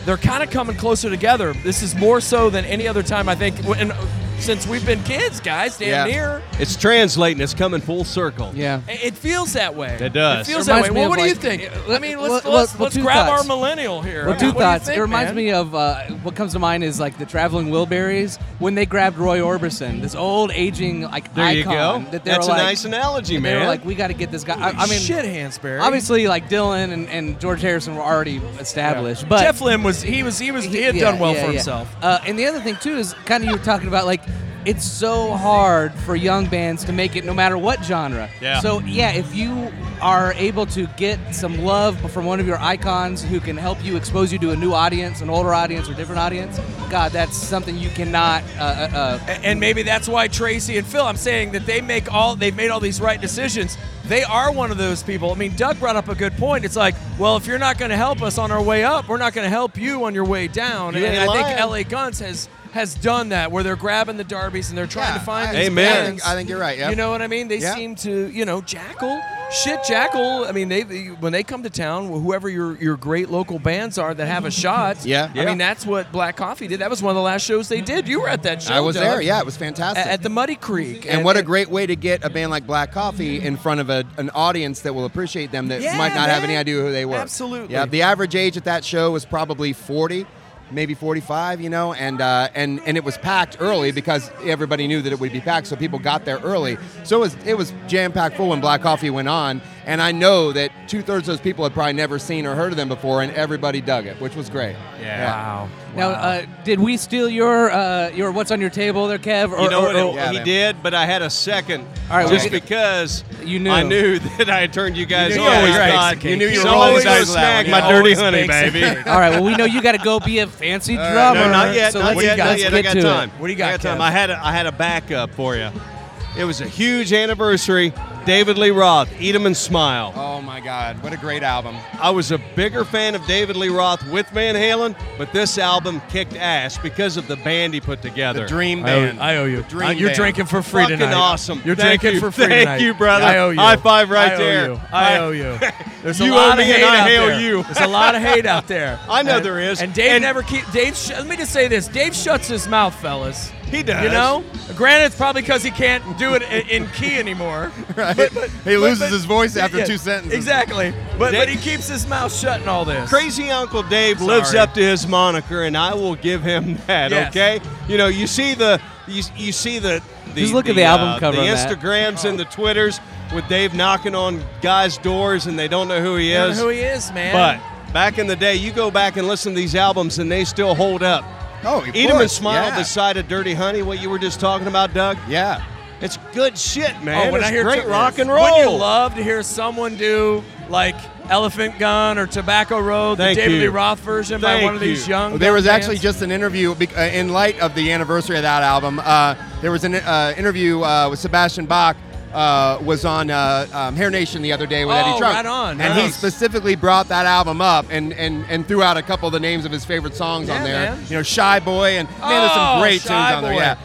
[SPEAKER 1] they're kind of coming closer together. This is more so than any other time I think when, since we've been kids, guys, damn
[SPEAKER 2] Yeah.
[SPEAKER 1] near.
[SPEAKER 3] It's translating. It's coming full circle.
[SPEAKER 4] Yeah.
[SPEAKER 1] I- It feels that way.
[SPEAKER 3] It does.
[SPEAKER 1] It feels
[SPEAKER 4] Reminds
[SPEAKER 1] that way.
[SPEAKER 4] me
[SPEAKER 1] Well,
[SPEAKER 4] of,
[SPEAKER 1] what do you
[SPEAKER 4] like- uh,
[SPEAKER 1] think? I mean,
[SPEAKER 4] Well,
[SPEAKER 1] let's,
[SPEAKER 4] well,
[SPEAKER 1] let's,
[SPEAKER 4] well,
[SPEAKER 1] let's
[SPEAKER 4] two
[SPEAKER 1] grab
[SPEAKER 4] thoughts.
[SPEAKER 1] our millennial here.
[SPEAKER 4] Well,
[SPEAKER 1] I
[SPEAKER 4] two
[SPEAKER 1] mean, what do you
[SPEAKER 4] thoughts.
[SPEAKER 1] think,
[SPEAKER 4] it reminds
[SPEAKER 1] man?
[SPEAKER 4] me of uh, what comes to mind is like the traveling Wilburys when they grabbed Roy Orbison, this old aging like
[SPEAKER 3] There you
[SPEAKER 4] icon.
[SPEAKER 3] go.
[SPEAKER 4] That they
[SPEAKER 3] That's
[SPEAKER 4] were
[SPEAKER 3] a
[SPEAKER 4] like-
[SPEAKER 3] nice analogy,
[SPEAKER 4] that They
[SPEAKER 3] man.
[SPEAKER 4] were like, we got to get this guy. I, I mean,
[SPEAKER 1] shit, Hansberry.
[SPEAKER 4] obviously, like Dylan and, and George Harrison were already established, but
[SPEAKER 1] Jeff Lynne was he was he was he had
[SPEAKER 4] Yeah,
[SPEAKER 1] done well
[SPEAKER 4] yeah,
[SPEAKER 1] for
[SPEAKER 4] yeah.
[SPEAKER 1] himself.
[SPEAKER 4] Uh, and the other thing too is kind of you were talking about like it's so hard for young bands to make it no matter what genre.
[SPEAKER 3] Yeah.
[SPEAKER 4] So yeah, if you are able to get some love from one of your icons who can help you expose you to a new audience, an older audience, or different audience, God, that's something you cannot. Uh, uh, uh,
[SPEAKER 1] A- and maybe that's why Tracy and Phil. I'm saying that they make all they've made all these right decisions. They are one of those people. I mean, Doug brought up a good point. It's like, well, if you're not going to help us on our way up, we're not going to help you on your way down.
[SPEAKER 3] You
[SPEAKER 1] and
[SPEAKER 3] ain't
[SPEAKER 1] I think
[SPEAKER 3] lying.
[SPEAKER 1] LA Guns has has done that, where they're grabbing the Darbies and they're trying
[SPEAKER 2] Yeah,
[SPEAKER 1] to find
[SPEAKER 2] I-
[SPEAKER 1] these
[SPEAKER 3] Amen.
[SPEAKER 1] bands.
[SPEAKER 2] I think- I think you're right, yeah.
[SPEAKER 1] You know what I mean? They
[SPEAKER 2] Yeah.
[SPEAKER 1] seem to, you know, Jackal. Shit, Jackal. I mean, they they- when they come to town, whoever your your great local bands are that have a shot.
[SPEAKER 2] Yeah.
[SPEAKER 1] I
[SPEAKER 2] Yeah.
[SPEAKER 1] mean, that's what Black Coffee did. That was one of the last shows they did. You were at that show.
[SPEAKER 2] I was
[SPEAKER 1] Doug
[SPEAKER 2] there. Yeah, it was fantastic.
[SPEAKER 1] at, at the Muddy Creek.
[SPEAKER 2] and what a great way to get a band like Black Coffee in front of a, an audience that will appreciate them that
[SPEAKER 1] Yeah,
[SPEAKER 2] might not have
[SPEAKER 1] man.
[SPEAKER 2] any idea who they were.
[SPEAKER 1] Absolutely.
[SPEAKER 2] Yeah, the average age at that show was probably 40, maybe 45, you know, and uh, and and it was packed early because everybody knew that it would be packed, so people got there early. So it was it was jam packed full when Black Coffee went on, and I know that two thirds of those people had probably never seen or heard of them before, and everybody dug it, which was great.
[SPEAKER 1] wow.
[SPEAKER 4] Now, uh, did we steal your uh, your what's on your table there, Kev? Or,
[SPEAKER 3] You know
[SPEAKER 4] or-
[SPEAKER 3] what?
[SPEAKER 4] or-
[SPEAKER 2] Yeah,
[SPEAKER 3] he
[SPEAKER 2] man.
[SPEAKER 3] did, but I had a second.
[SPEAKER 4] All right, we
[SPEAKER 3] just
[SPEAKER 4] get it.
[SPEAKER 3] because
[SPEAKER 4] You knew.
[SPEAKER 3] I knew that I had turned you guys
[SPEAKER 2] knew
[SPEAKER 3] on.
[SPEAKER 2] you always
[SPEAKER 3] I
[SPEAKER 2] bakes
[SPEAKER 3] thought,
[SPEAKER 2] the cake. You knew you were
[SPEAKER 3] Somebody's
[SPEAKER 2] always
[SPEAKER 3] gonna
[SPEAKER 2] bakes the
[SPEAKER 3] snag
[SPEAKER 2] cake.
[SPEAKER 3] my
[SPEAKER 2] You
[SPEAKER 3] dirty
[SPEAKER 1] always
[SPEAKER 3] honey,
[SPEAKER 1] bakes the
[SPEAKER 3] baby.
[SPEAKER 1] cake.
[SPEAKER 4] All right. Well, we know you got to go be a fancy drummer.
[SPEAKER 3] No, not yet.
[SPEAKER 4] So
[SPEAKER 3] not
[SPEAKER 4] let's,
[SPEAKER 3] yet.
[SPEAKER 4] let's
[SPEAKER 3] Not yet. I
[SPEAKER 4] get
[SPEAKER 3] got
[SPEAKER 4] to
[SPEAKER 3] time.
[SPEAKER 4] it.
[SPEAKER 1] What do you got,
[SPEAKER 3] I got time.
[SPEAKER 1] Kev?
[SPEAKER 3] I had a, I had a backup for you. It was a huge anniversary. David Lee Roth, Eat 'em and Smile.
[SPEAKER 2] Oh my God, what a great album!
[SPEAKER 3] I was a bigger fan of David Lee Roth with Van Halen, but this album kicked ass because of the band he put together.
[SPEAKER 2] The Dream
[SPEAKER 1] I owe,
[SPEAKER 2] Band.
[SPEAKER 1] I owe you.
[SPEAKER 2] Dream
[SPEAKER 1] Uh, you're
[SPEAKER 2] band.
[SPEAKER 1] drinking for free
[SPEAKER 3] Freaking
[SPEAKER 1] tonight.
[SPEAKER 3] awesome.
[SPEAKER 1] You're
[SPEAKER 3] Thank
[SPEAKER 1] drinking
[SPEAKER 3] you.
[SPEAKER 1] for free
[SPEAKER 3] Thank
[SPEAKER 1] tonight.
[SPEAKER 3] you, brother.
[SPEAKER 1] I owe you.
[SPEAKER 3] High five right
[SPEAKER 1] I owe
[SPEAKER 3] there.
[SPEAKER 1] You. I
[SPEAKER 3] I-
[SPEAKER 1] owe you. There's a
[SPEAKER 3] You
[SPEAKER 1] lot
[SPEAKER 3] owe
[SPEAKER 1] of
[SPEAKER 3] me and
[SPEAKER 1] hate
[SPEAKER 3] I
[SPEAKER 1] out
[SPEAKER 3] hail
[SPEAKER 1] there.
[SPEAKER 3] you.
[SPEAKER 1] There's a lot of hate out there.
[SPEAKER 3] I know
[SPEAKER 1] And-
[SPEAKER 3] there is.
[SPEAKER 1] And Dave
[SPEAKER 3] And-
[SPEAKER 1] never keep Dave. Sh- let me just say this: Dave shuts his mouth, fellas.
[SPEAKER 3] He does.
[SPEAKER 1] You know. Granted, it's probably because he can't do it i- in key anymore.
[SPEAKER 2] Right? he loses his voice after
[SPEAKER 1] Yeah,
[SPEAKER 2] two sentences.
[SPEAKER 1] Exactly. But
[SPEAKER 3] Dave-
[SPEAKER 1] but he keeps his mouth shut in all this.
[SPEAKER 3] Crazy Uncle Dave lives
[SPEAKER 1] Sorry.
[SPEAKER 3] up to his moniker, and I will give him that.
[SPEAKER 1] Yes.
[SPEAKER 3] Okay, you know, you see the you, you see the, the uh,
[SPEAKER 4] Just look at the album cover
[SPEAKER 3] the
[SPEAKER 4] on that.
[SPEAKER 3] Instagrams and the Twitters with Dave knocking on guys' doors, and they don't know who he
[SPEAKER 1] You know
[SPEAKER 3] is.
[SPEAKER 1] who he is, man.
[SPEAKER 3] but back in the day, you go back and listen to these albums, and they still hold up.
[SPEAKER 2] Oh, of
[SPEAKER 3] Eat 'em and
[SPEAKER 2] course,
[SPEAKER 3] smile
[SPEAKER 2] yeah.
[SPEAKER 3] beside a dirty honey. What you were just talking about, Doug?
[SPEAKER 2] Yeah.
[SPEAKER 3] It's good shit, man.
[SPEAKER 1] Oh, when
[SPEAKER 3] it's
[SPEAKER 1] I hear
[SPEAKER 3] great
[SPEAKER 1] to-
[SPEAKER 3] rock and roll.
[SPEAKER 1] wouldn't you love to hear someone do like Elephant Gun or Tobacco Road,
[SPEAKER 3] Thank
[SPEAKER 1] the David
[SPEAKER 3] you.
[SPEAKER 1] Lee Roth version by
[SPEAKER 3] Thank
[SPEAKER 1] one of these
[SPEAKER 3] you.
[SPEAKER 1] young?
[SPEAKER 2] Oh, There was
[SPEAKER 1] gun
[SPEAKER 2] actually
[SPEAKER 1] bands?
[SPEAKER 2] just an interview bec- uh, in light of the anniversary of that album. Uh, there was an uh, interview uh, with Sebastian Bach. Uh, was on uh, um, Hair Nation the other day with
[SPEAKER 1] Oh,
[SPEAKER 2] Eddie Trunk,
[SPEAKER 1] right on,
[SPEAKER 2] and he
[SPEAKER 1] nice.
[SPEAKER 2] specifically brought that album up and, and, and threw out a couple of the names of his favorite songs on
[SPEAKER 1] Yeah,
[SPEAKER 2] there.
[SPEAKER 1] man.
[SPEAKER 2] You know, Shy Boy and man, there's
[SPEAKER 1] Oh,
[SPEAKER 2] some great tunes
[SPEAKER 1] Shy
[SPEAKER 2] on there.
[SPEAKER 1] Boy.
[SPEAKER 2] Yeah,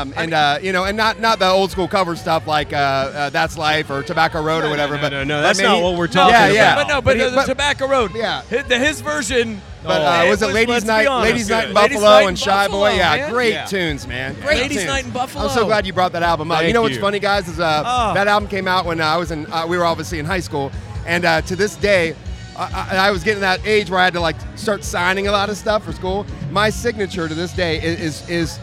[SPEAKER 2] um, and uh, you know, and not not the old school cover stuff like uh, uh, That's Life or Tobacco Road or whatever.
[SPEAKER 3] no,
[SPEAKER 2] but
[SPEAKER 3] no, no,
[SPEAKER 2] but
[SPEAKER 3] that's
[SPEAKER 2] man,
[SPEAKER 3] not
[SPEAKER 2] he-
[SPEAKER 3] what we're
[SPEAKER 1] No,
[SPEAKER 3] talking
[SPEAKER 2] yeah,
[SPEAKER 1] but-
[SPEAKER 3] about.
[SPEAKER 2] yeah.
[SPEAKER 1] But no, but,
[SPEAKER 2] But he-
[SPEAKER 1] the, the
[SPEAKER 2] but-
[SPEAKER 1] Tobacco Road.
[SPEAKER 2] Yeah.
[SPEAKER 1] His, the- his version.
[SPEAKER 2] But uh, it was it Ladies
[SPEAKER 1] Oh, let's be
[SPEAKER 2] Night,
[SPEAKER 1] honest,
[SPEAKER 2] Ladies Night in
[SPEAKER 1] good.
[SPEAKER 2] Buffalo
[SPEAKER 1] Ladies Night
[SPEAKER 2] and Shy
[SPEAKER 1] Buffalo,
[SPEAKER 2] Boy? Yeah,
[SPEAKER 1] man.
[SPEAKER 2] great
[SPEAKER 3] Yeah.
[SPEAKER 2] tunes, man.
[SPEAKER 1] Great
[SPEAKER 2] tunes.
[SPEAKER 1] Ladies Night in Buffalo.
[SPEAKER 2] I'm so glad you brought that album up.
[SPEAKER 3] Thank
[SPEAKER 2] you know what's
[SPEAKER 3] you.
[SPEAKER 2] funny, guys, is uh,
[SPEAKER 1] Oh.
[SPEAKER 2] that album came out when I was in. Uh, we were obviously in high school, and uh, to this day. I, I I was getting that age where I had to like start signing a lot of stuff for school. My signature to this day is is, is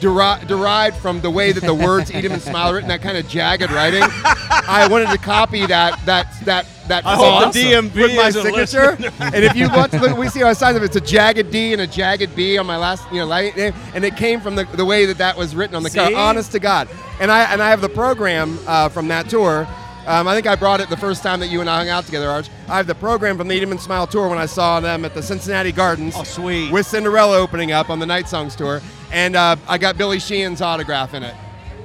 [SPEAKER 2] deri- derived from the way that the words "eat 'em and smile" are written, that kind of jagged writing. I wanted to copy that that that that
[SPEAKER 3] I hope
[SPEAKER 2] font
[SPEAKER 3] the DMV
[SPEAKER 2] with my
[SPEAKER 3] isn't
[SPEAKER 2] signature.
[SPEAKER 3] listening.
[SPEAKER 2] and if you want to look, we see our signs of it. It's a jagged D and a jagged B on my last you know light name, and it came from the, the way that that was written on the
[SPEAKER 1] See?
[SPEAKER 2] cover. Honest to God, and I and I have the program uh, from that tour. Um, I think I brought it the first time that you and I hung out together, Arch. I have the program from the Eat 'em and Smile tour when I saw them at the Cincinnati Gardens.
[SPEAKER 3] Oh, sweet.
[SPEAKER 2] With Cinderella opening up on the Night Songs tour, and uh, I got Billy Sheehan's autograph in it.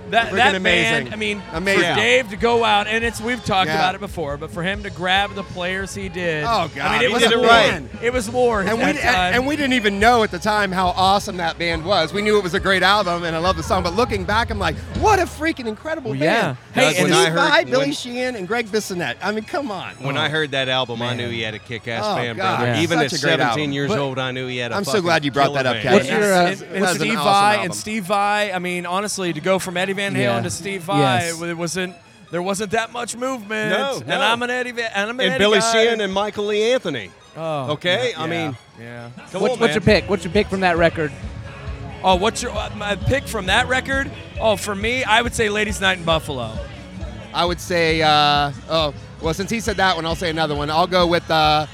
[SPEAKER 1] That,
[SPEAKER 2] Freaking
[SPEAKER 1] that
[SPEAKER 2] amazing.
[SPEAKER 1] man, I mean,
[SPEAKER 2] Amazing.
[SPEAKER 1] for
[SPEAKER 2] Yeah.
[SPEAKER 1] Dave to go out, and it's we've talked
[SPEAKER 2] Yeah.
[SPEAKER 1] about it before, but for him to grab the players he did,
[SPEAKER 2] Oh,
[SPEAKER 1] I
[SPEAKER 2] God,
[SPEAKER 1] mean, it
[SPEAKER 2] he
[SPEAKER 1] was
[SPEAKER 2] did it
[SPEAKER 1] lore.
[SPEAKER 2] right.
[SPEAKER 1] It was lore.
[SPEAKER 2] And we,
[SPEAKER 1] at
[SPEAKER 2] and,
[SPEAKER 1] that time.
[SPEAKER 2] and we didn't even know at the time how awesome that band was. We knew it was a great album, and I love the song. But looking back, I'm like, what a freaking incredible
[SPEAKER 1] Well, yeah.
[SPEAKER 2] band!
[SPEAKER 1] Hey,
[SPEAKER 2] hey,
[SPEAKER 1] and
[SPEAKER 2] and
[SPEAKER 1] when
[SPEAKER 3] I
[SPEAKER 2] Steve
[SPEAKER 3] heard-
[SPEAKER 2] Vai, Billy
[SPEAKER 3] when-
[SPEAKER 2] Sheehan, and Greg Bissonette. I mean, come on.
[SPEAKER 3] When I heard that album, I knew he had a kick-ass
[SPEAKER 2] Oh,
[SPEAKER 3] fan,
[SPEAKER 2] God.
[SPEAKER 3] brother.
[SPEAKER 2] Yeah.
[SPEAKER 3] Even
[SPEAKER 2] Such
[SPEAKER 3] at
[SPEAKER 2] a great
[SPEAKER 3] 17
[SPEAKER 2] album.
[SPEAKER 3] years
[SPEAKER 1] But-
[SPEAKER 3] old, I knew he had a
[SPEAKER 2] I'm so
[SPEAKER 3] fucking
[SPEAKER 2] glad you brought
[SPEAKER 3] killer
[SPEAKER 2] that up,
[SPEAKER 3] band.
[SPEAKER 2] Kevin.
[SPEAKER 4] What's your, uh,
[SPEAKER 1] and,
[SPEAKER 2] That
[SPEAKER 1] and
[SPEAKER 2] was an
[SPEAKER 1] Steve
[SPEAKER 2] awesome
[SPEAKER 1] Vai
[SPEAKER 2] album.
[SPEAKER 1] and Steve Vai. I mean, honestly, to go from Eddie Van Halen
[SPEAKER 4] Yeah.
[SPEAKER 1] to Steve Vai,
[SPEAKER 4] Yes.
[SPEAKER 1] it wasn't there wasn't that much movement.
[SPEAKER 3] No,
[SPEAKER 1] and
[SPEAKER 3] no.
[SPEAKER 1] I'm an Eddie Van and I'm an
[SPEAKER 3] And
[SPEAKER 1] Eddie
[SPEAKER 3] Billy
[SPEAKER 1] guy.
[SPEAKER 3] Sheehan and Michael Lee Anthony.
[SPEAKER 1] oh,
[SPEAKER 3] Okay,
[SPEAKER 1] yeah,
[SPEAKER 3] I mean,
[SPEAKER 1] yeah.
[SPEAKER 3] come
[SPEAKER 4] What-
[SPEAKER 3] on, man.
[SPEAKER 4] what's your pick? What's your pick from that record?
[SPEAKER 1] Oh, what's your uh, my pick from that record? Oh, for me, I would say Ladies' Night in Buffalo.
[SPEAKER 2] I would say, uh, oh, well, since he said that one, I'll say another one. I'll go with, uh,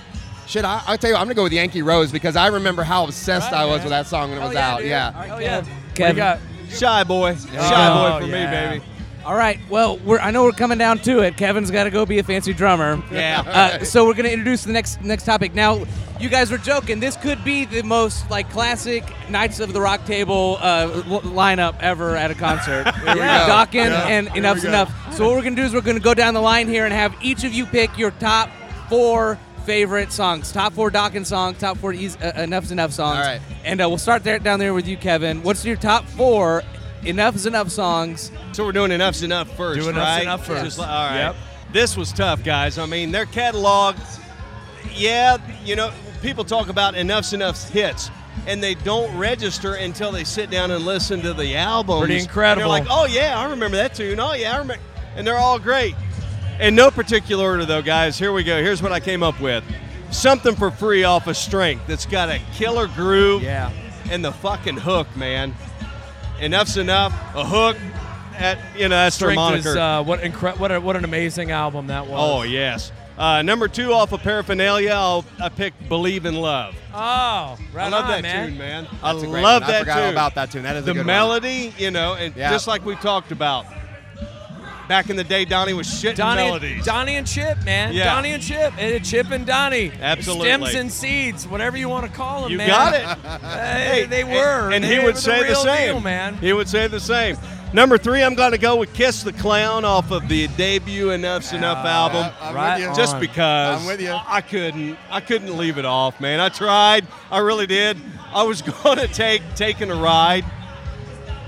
[SPEAKER 2] shit, I, I'll tell you, what, I'm going to go with Yankee Rose because I remember how obsessed
[SPEAKER 1] Right,
[SPEAKER 2] I was
[SPEAKER 1] man.
[SPEAKER 2] with that song
[SPEAKER 3] Oh,
[SPEAKER 2] when it was out. Yeah.
[SPEAKER 1] Hell yeah.
[SPEAKER 4] Kevin.
[SPEAKER 1] What do you got?
[SPEAKER 3] Shy boy,
[SPEAKER 1] Oh,
[SPEAKER 3] shy boy for
[SPEAKER 1] yeah.
[SPEAKER 3] me, baby.
[SPEAKER 4] All right. Well, we're, I know we're coming down to it. Kevin's got to go be a fancy drummer.
[SPEAKER 3] Yeah.
[SPEAKER 4] Uh, so we're gonna introduce the next next topic. Now, you guys were joking. This could be the most like classic Knights of the Rock Table uh, l- lineup ever at a concert.
[SPEAKER 2] go.
[SPEAKER 4] Dokken
[SPEAKER 2] Yeah.
[SPEAKER 4] and
[SPEAKER 2] Here
[SPEAKER 4] enough's
[SPEAKER 2] we go.
[SPEAKER 4] enough. So what we're gonna do is we're gonna go down the line here and have each of you pick your top four favorite songs. Top four Dokken songs. Top four Eas- uh, enough's enough songs.
[SPEAKER 2] All right.
[SPEAKER 4] And uh, we'll start there down there with you, Kevin. What's your top four? Enough is enough songs.
[SPEAKER 3] So we're doing enough's enough first,
[SPEAKER 1] Doing enough's
[SPEAKER 3] right?
[SPEAKER 1] enough first.
[SPEAKER 3] Just like- all right.
[SPEAKER 1] Yep.
[SPEAKER 3] This was tough, guys. I mean, their catalog. Yeah, you know, people talk about enough's enough hits, and they don't register until they sit down and listen to the album.
[SPEAKER 1] Pretty incredible.
[SPEAKER 3] They're like, oh yeah, I remember that tune. Oh yeah, I remember. And they're all great. In no particular order, though, guys. Here we go. Here's what I came up with. Something for free off of Strength that's got a killer groove
[SPEAKER 1] Yeah.
[SPEAKER 3] and the fucking hook, man. Enough's enough. A hook. At you know that's their
[SPEAKER 1] Strength
[SPEAKER 3] moniker.
[SPEAKER 1] is uh, what incre- what a, what an amazing album that
[SPEAKER 3] oh
[SPEAKER 1] was.
[SPEAKER 3] yes. Uh, number two off of Paraphernalia, I'll, I picked Believe in Love.
[SPEAKER 1] Oh, right
[SPEAKER 3] I love
[SPEAKER 1] on,
[SPEAKER 3] that
[SPEAKER 1] man.
[SPEAKER 3] tune, man.
[SPEAKER 2] That's
[SPEAKER 3] I
[SPEAKER 2] a great
[SPEAKER 3] love
[SPEAKER 2] one.
[SPEAKER 3] that
[SPEAKER 2] I forgot all
[SPEAKER 3] tune.
[SPEAKER 2] about that tune. That is a
[SPEAKER 3] the
[SPEAKER 2] good one.
[SPEAKER 3] melody, you know, and
[SPEAKER 2] Yeah.
[SPEAKER 3] just like we talked about back in the day, Donnie was shitting
[SPEAKER 1] Donnie,
[SPEAKER 3] melodies.
[SPEAKER 1] Donnie and Chip, man.
[SPEAKER 3] Yeah.
[SPEAKER 1] Donnie and Chip. Eh, Chip and Donnie.
[SPEAKER 3] Absolutely.
[SPEAKER 1] Stems and seeds, whatever you want to call them,
[SPEAKER 3] you
[SPEAKER 1] man.
[SPEAKER 3] got it.
[SPEAKER 1] Hey, they were.
[SPEAKER 3] And, and
[SPEAKER 1] They
[SPEAKER 3] he
[SPEAKER 1] were
[SPEAKER 3] would say the
[SPEAKER 1] real
[SPEAKER 3] same.
[SPEAKER 1] deal, man.
[SPEAKER 3] He would say the same. Number three, I'm going to go with Kiss the Clown off of the debut Enough's Enough album.
[SPEAKER 2] I- I'm
[SPEAKER 1] Right
[SPEAKER 2] with you.
[SPEAKER 3] just
[SPEAKER 1] on.
[SPEAKER 3] because
[SPEAKER 2] I'm with you.
[SPEAKER 3] I I couldn't I couldn't leave it off, man. I tried, I really did. I was going to take taking a ride,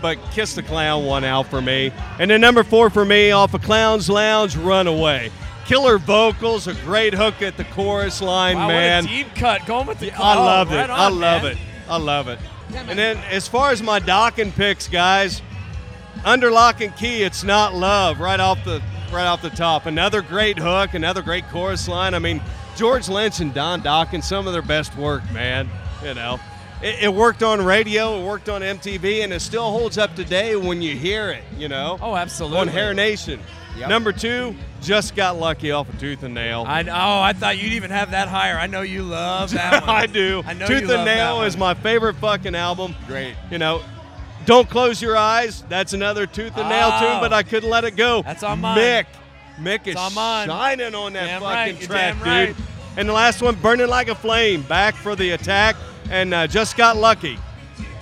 [SPEAKER 3] but Kiss the Clown won out for me. And then number four for me off of Clown's Lounge, Runaway. Killer vocals, a great hook at the chorus line,
[SPEAKER 1] Wow,
[SPEAKER 3] man.
[SPEAKER 1] What a deep cut. Going with the
[SPEAKER 3] I
[SPEAKER 1] oh,
[SPEAKER 3] love it.
[SPEAKER 1] right
[SPEAKER 3] I
[SPEAKER 1] on,
[SPEAKER 3] love
[SPEAKER 1] man.
[SPEAKER 3] it. I love it. And then as far as my docking picks, guys, under lock and key, it's not love right off the right off the top. Another great hook, another great chorus line. I mean, George Lynch and Don Dokken, some of their best work, man. You know. It, it worked on radio, it worked on MTV, and it still holds up today when you hear it, you know.
[SPEAKER 1] Oh, absolutely.
[SPEAKER 3] On Hair Nation.
[SPEAKER 2] Yep.
[SPEAKER 3] Number two, just got lucky off of Tooth and Nail.
[SPEAKER 1] I oh, I thought you'd even have that higher. I know you love that one.
[SPEAKER 3] I do.
[SPEAKER 1] I know
[SPEAKER 3] Tooth
[SPEAKER 1] you love
[SPEAKER 3] and Nail
[SPEAKER 1] that one.
[SPEAKER 3] is my favorite fucking album.
[SPEAKER 2] Great.
[SPEAKER 3] You know, Don't Close Your Eyes. That's another Tooth and Nail
[SPEAKER 1] Oh.
[SPEAKER 3] tune, but I couldn't let it go.
[SPEAKER 1] That's on mine.
[SPEAKER 3] Mick. Mick is
[SPEAKER 1] on mine.
[SPEAKER 3] shining on that
[SPEAKER 1] Damn right,
[SPEAKER 3] fucking
[SPEAKER 1] you're
[SPEAKER 3] track,
[SPEAKER 1] damn
[SPEAKER 3] dude.
[SPEAKER 1] right.
[SPEAKER 3] And the last one, Burning Like a Flame, back for the attack, and uh, just got lucky.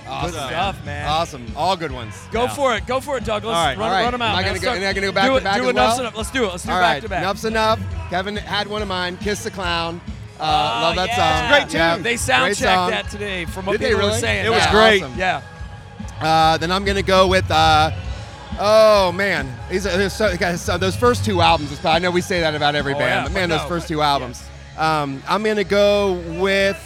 [SPEAKER 2] Awesome.
[SPEAKER 1] Good stuff, man.
[SPEAKER 2] Awesome. All good ones.
[SPEAKER 1] Go for it. Go for it, Douglas.
[SPEAKER 3] All right.
[SPEAKER 1] Run,
[SPEAKER 2] All right.
[SPEAKER 1] run them out.
[SPEAKER 2] Am
[SPEAKER 1] man.
[SPEAKER 2] I gonna
[SPEAKER 1] Let's
[SPEAKER 2] go-
[SPEAKER 1] do-
[SPEAKER 2] am I gonna go back
[SPEAKER 1] do
[SPEAKER 2] to
[SPEAKER 1] it,
[SPEAKER 2] back
[SPEAKER 1] do
[SPEAKER 2] as
[SPEAKER 1] enough's
[SPEAKER 2] well?
[SPEAKER 1] enough. Let's do it. Let's do
[SPEAKER 2] All
[SPEAKER 1] back
[SPEAKER 2] right,
[SPEAKER 1] to back.
[SPEAKER 2] Enough's enough. Kevin had one of mine. Kiss the clown. Uh,
[SPEAKER 1] Oh,
[SPEAKER 2] love that
[SPEAKER 1] yeah.
[SPEAKER 2] song.
[SPEAKER 3] It's a great tune.
[SPEAKER 1] They
[SPEAKER 2] Great
[SPEAKER 1] sound checked
[SPEAKER 2] song.
[SPEAKER 1] that today from what
[SPEAKER 2] Did they
[SPEAKER 1] people were
[SPEAKER 2] really?
[SPEAKER 1] saying.
[SPEAKER 3] It was
[SPEAKER 1] Yeah.
[SPEAKER 3] great.
[SPEAKER 2] awesome.
[SPEAKER 1] Yeah.
[SPEAKER 2] Uh, then I'm gonna go with. Uh, oh man, these are, there's so, guys, so those first two albums. is- I know we say that about every
[SPEAKER 1] Oh,
[SPEAKER 2] band,
[SPEAKER 1] yeah,
[SPEAKER 2] but
[SPEAKER 1] but
[SPEAKER 2] man,
[SPEAKER 1] no,
[SPEAKER 2] those first
[SPEAKER 1] but-
[SPEAKER 2] two albums. Um, I'm gonna go with.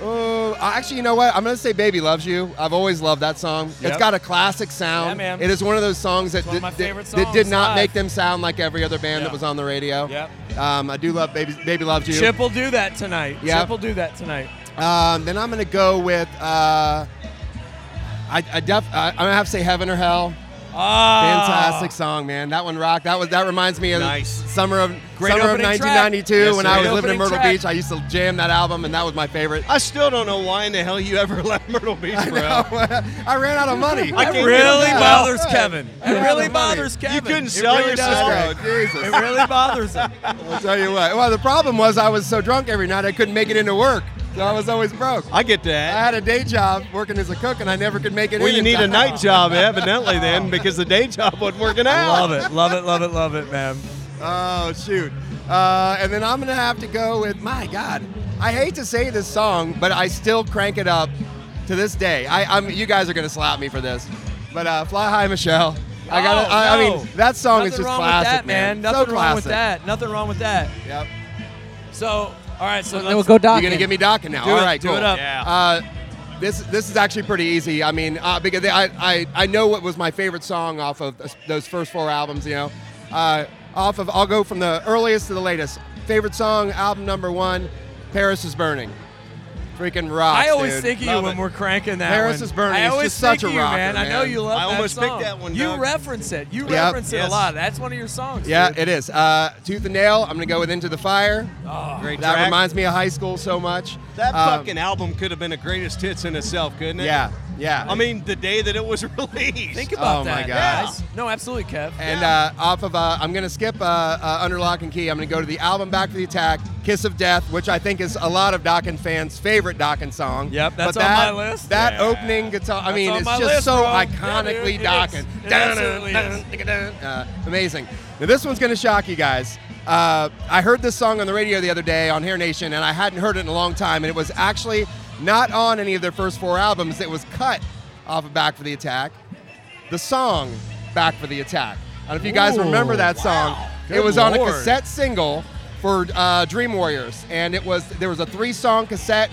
[SPEAKER 2] Oh, actually, you know what? I'm gonna say "Baby Loves You." I've always loved that song.
[SPEAKER 1] Yep.
[SPEAKER 2] It's got a classic sound.
[SPEAKER 1] Yeah, man.
[SPEAKER 2] It is one of those songs that
[SPEAKER 1] one of
[SPEAKER 2] did,
[SPEAKER 1] my favorite
[SPEAKER 2] that- that did
[SPEAKER 1] songs
[SPEAKER 2] not
[SPEAKER 1] live.
[SPEAKER 2] make them sound like every other band
[SPEAKER 1] Yeah.
[SPEAKER 2] that was on the radio.
[SPEAKER 1] Yep.
[SPEAKER 2] Um, I do love "Baby Baby Loves You."
[SPEAKER 1] Chip will do that tonight.
[SPEAKER 2] Yeah.
[SPEAKER 1] Chip will do that tonight.
[SPEAKER 2] Um, then I'm going to go with. Uh, I, I def, I, I'm gonna have to say heaven or hell.
[SPEAKER 1] Ah,
[SPEAKER 2] Fantastic song, man. That one rocked. That was that reminds me of
[SPEAKER 3] Nice.
[SPEAKER 2] the summer of
[SPEAKER 1] Great
[SPEAKER 2] summer of
[SPEAKER 1] opening track.
[SPEAKER 2] 1992
[SPEAKER 3] Yes,
[SPEAKER 2] when
[SPEAKER 3] sir.
[SPEAKER 2] I was
[SPEAKER 3] Great
[SPEAKER 2] living in
[SPEAKER 1] opening
[SPEAKER 2] Myrtle
[SPEAKER 1] track.
[SPEAKER 2] Beach. I used to jam that album, and that was my favorite.
[SPEAKER 3] I still don't know why in the hell you ever left Myrtle Beach, bro.
[SPEAKER 2] I ran out of money.
[SPEAKER 3] I
[SPEAKER 1] That
[SPEAKER 3] can't
[SPEAKER 1] really
[SPEAKER 3] get it
[SPEAKER 1] bothers
[SPEAKER 2] out.
[SPEAKER 1] Kevin.
[SPEAKER 2] Yeah,
[SPEAKER 1] It really
[SPEAKER 2] the money.
[SPEAKER 1] bothers Kevin.
[SPEAKER 3] couldn't
[SPEAKER 1] It
[SPEAKER 3] sell
[SPEAKER 1] really
[SPEAKER 3] your
[SPEAKER 1] does.
[SPEAKER 3] sister.
[SPEAKER 2] Christ, Oh, Jesus.
[SPEAKER 1] It really bothers him.
[SPEAKER 2] I'll tell you what. Well, the problem was I was so drunk every night I couldn't make it into work, so I was always broke.
[SPEAKER 3] I get
[SPEAKER 2] I had
[SPEAKER 3] that.
[SPEAKER 2] a day job working as a cook, and I never could make it.
[SPEAKER 3] well,
[SPEAKER 2] in
[SPEAKER 3] you
[SPEAKER 2] in
[SPEAKER 3] need a
[SPEAKER 2] time.
[SPEAKER 3] night job, evidently, then, because the day job wasn't working out.
[SPEAKER 1] Love it, love it, love it, love it, man.
[SPEAKER 2] Oh shoot! Uh, and then I'm gonna have to go with my God. I hate to say this song, but I still crank it up to this day. I, I'm you guys are gonna slap me for this, but uh, "Fly High, Michelle." I got. to
[SPEAKER 1] Oh,
[SPEAKER 2] I, I
[SPEAKER 1] no.
[SPEAKER 2] mean, that song
[SPEAKER 1] Nothing
[SPEAKER 2] is just
[SPEAKER 1] wrong
[SPEAKER 2] classic,
[SPEAKER 1] with that, man.
[SPEAKER 2] So
[SPEAKER 1] Nothing wrong with
[SPEAKER 2] classic.
[SPEAKER 1] that. Nothing wrong with that.
[SPEAKER 2] Yep.
[SPEAKER 1] So, all right, so
[SPEAKER 4] Then we'll
[SPEAKER 1] let's
[SPEAKER 4] go Doc.
[SPEAKER 2] You're gonna give me docking now.
[SPEAKER 1] Do
[SPEAKER 2] All
[SPEAKER 1] it,
[SPEAKER 2] right,
[SPEAKER 1] do
[SPEAKER 2] cool.
[SPEAKER 1] it up.
[SPEAKER 3] Yeah.
[SPEAKER 2] Uh, this this is actually pretty easy. I mean, uh, because I, I I know what was my favorite song off of th- those first four albums. You know, uh, off of I'll go from the earliest to the latest. Favorite song, album number one, Paris is Burning. Freaking rock.
[SPEAKER 1] I always
[SPEAKER 2] dude.
[SPEAKER 1] think of you
[SPEAKER 2] Love
[SPEAKER 1] when
[SPEAKER 2] it.
[SPEAKER 1] we're cranking that.
[SPEAKER 2] Paris
[SPEAKER 1] one.
[SPEAKER 2] is burning.
[SPEAKER 1] I
[SPEAKER 2] It's
[SPEAKER 1] always
[SPEAKER 2] just such
[SPEAKER 1] think of
[SPEAKER 2] a
[SPEAKER 1] you,
[SPEAKER 2] rocker,
[SPEAKER 1] man. I
[SPEAKER 2] man.
[SPEAKER 1] know you love
[SPEAKER 3] I
[SPEAKER 1] that
[SPEAKER 3] almost picked
[SPEAKER 1] song.
[SPEAKER 3] that one,
[SPEAKER 1] You
[SPEAKER 3] Doug.
[SPEAKER 1] reference it. You
[SPEAKER 2] Yep.
[SPEAKER 1] reference it
[SPEAKER 3] Yes.
[SPEAKER 1] a lot. That's one of your songs.
[SPEAKER 2] Yeah,
[SPEAKER 1] dude.
[SPEAKER 2] it is. Uh, Tooth and Nail. I'm gonna go with Into the Fire.
[SPEAKER 3] Great
[SPEAKER 2] that
[SPEAKER 3] track.
[SPEAKER 2] reminds me of high school so much.
[SPEAKER 3] That
[SPEAKER 2] Um,
[SPEAKER 3] fucking album could have been a greatest hits in itself, couldn't it?
[SPEAKER 2] Yeah, yeah.
[SPEAKER 3] I mean, the day that it was released.
[SPEAKER 1] Think about
[SPEAKER 2] Oh,
[SPEAKER 1] that,
[SPEAKER 2] my God.
[SPEAKER 1] guys. No, absolutely, Kev.
[SPEAKER 2] And uh, off of, uh, I'm going to skip uh, uh, Under Lock and Key. I'm going to go to the album Back to the Attack, Kiss of Death, which I think is a lot of Dokken fans' favorite Dokken song.
[SPEAKER 1] Yep, that's
[SPEAKER 2] but
[SPEAKER 1] on
[SPEAKER 2] that,
[SPEAKER 1] my list.
[SPEAKER 2] That
[SPEAKER 3] Yeah.
[SPEAKER 2] opening guitar, I
[SPEAKER 1] That's
[SPEAKER 2] mean,
[SPEAKER 1] on
[SPEAKER 2] it's
[SPEAKER 1] my
[SPEAKER 2] just
[SPEAKER 1] list,
[SPEAKER 2] so
[SPEAKER 1] bro.
[SPEAKER 2] iconically
[SPEAKER 1] Yeah,
[SPEAKER 2] Dokken.
[SPEAKER 1] dude, it is. It
[SPEAKER 2] Dun,
[SPEAKER 1] absolutely
[SPEAKER 2] dun,
[SPEAKER 1] is.
[SPEAKER 2] dun, dun, dun. Uh, amazing. Now, this one's going to shock you guys. Uh, I heard this song on the radio the other day on Hair Nation, and I hadn't heard it in a long time, and it was actually not on any of their first four albums. It was cut off of Back for the Attack the song Back for the Attack. I don't know if you guys
[SPEAKER 1] Ooh,
[SPEAKER 2] remember that
[SPEAKER 1] wow.
[SPEAKER 2] song.
[SPEAKER 1] Good
[SPEAKER 2] it was on a
[SPEAKER 1] lord.
[SPEAKER 2] cassette single for uh, Dream Warriors, and it was there was a three-song cassette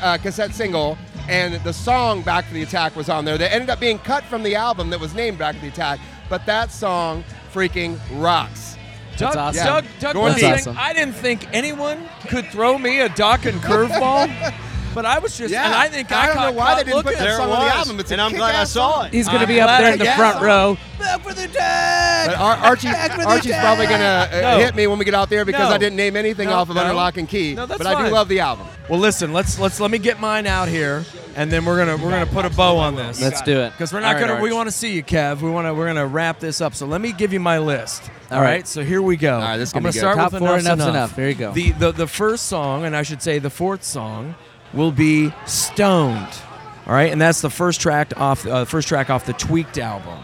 [SPEAKER 2] uh, cassette single, and the song Back for the Attack was on there. That ended up being cut from the album that was named Back for the Attack, but that song freaking rocks.
[SPEAKER 1] Doug,
[SPEAKER 4] That's awesome.
[SPEAKER 1] Doug, Doug
[SPEAKER 2] Going
[SPEAKER 1] Blessing,
[SPEAKER 4] deep. That's awesome.
[SPEAKER 1] I didn't think anyone could throw me a duck and curveball, but I was just, and I think I,
[SPEAKER 2] I don't
[SPEAKER 1] caught
[SPEAKER 2] know why they
[SPEAKER 1] caught
[SPEAKER 2] didn't put
[SPEAKER 1] looking.
[SPEAKER 2] that
[SPEAKER 3] there it
[SPEAKER 2] song
[SPEAKER 3] was.
[SPEAKER 2] on the album. It's a
[SPEAKER 3] and I'm glad I
[SPEAKER 2] kick-ass
[SPEAKER 3] saw
[SPEAKER 2] song.
[SPEAKER 3] it.
[SPEAKER 4] He's gonna
[SPEAKER 1] I'm
[SPEAKER 4] be up
[SPEAKER 1] glad
[SPEAKER 4] there
[SPEAKER 1] I
[SPEAKER 4] in the
[SPEAKER 1] guess
[SPEAKER 4] front
[SPEAKER 1] so.
[SPEAKER 4] row.
[SPEAKER 1] Back for the attack.
[SPEAKER 2] But Ar- Archie,
[SPEAKER 1] Back for the
[SPEAKER 2] Archie's probably going to uh,
[SPEAKER 1] No.
[SPEAKER 2] hit me when we get out there because
[SPEAKER 1] No.
[SPEAKER 2] I didn't name anything
[SPEAKER 1] No,
[SPEAKER 2] off of Under
[SPEAKER 1] no.
[SPEAKER 2] Lock and Key.
[SPEAKER 1] No, that's
[SPEAKER 2] but I
[SPEAKER 1] fine.
[SPEAKER 2] do love the album.
[SPEAKER 1] Well, listen. Let's let's let me get mine out here, and then we're gonna we're gonna put a bow on this.
[SPEAKER 4] Let's do it.
[SPEAKER 1] Because we're not
[SPEAKER 4] All right,
[SPEAKER 1] gonna we
[SPEAKER 4] Arch.
[SPEAKER 1] want to see you, Kev. We want to we're gonna wrap this up. So let me give you my list.
[SPEAKER 4] All
[SPEAKER 1] All right.
[SPEAKER 4] right.
[SPEAKER 1] So here we go. All
[SPEAKER 2] right, this is
[SPEAKER 1] I'm gonna
[SPEAKER 2] gonna be good.
[SPEAKER 1] start
[SPEAKER 4] Top
[SPEAKER 1] with
[SPEAKER 4] four,
[SPEAKER 1] enough's
[SPEAKER 4] Enough's
[SPEAKER 1] enough.
[SPEAKER 4] Enough. Here you go.
[SPEAKER 1] The the the first song, and I should say the fourth song, will be Stoned. All right, and that's the first track off uh, first track off the Tweaked album,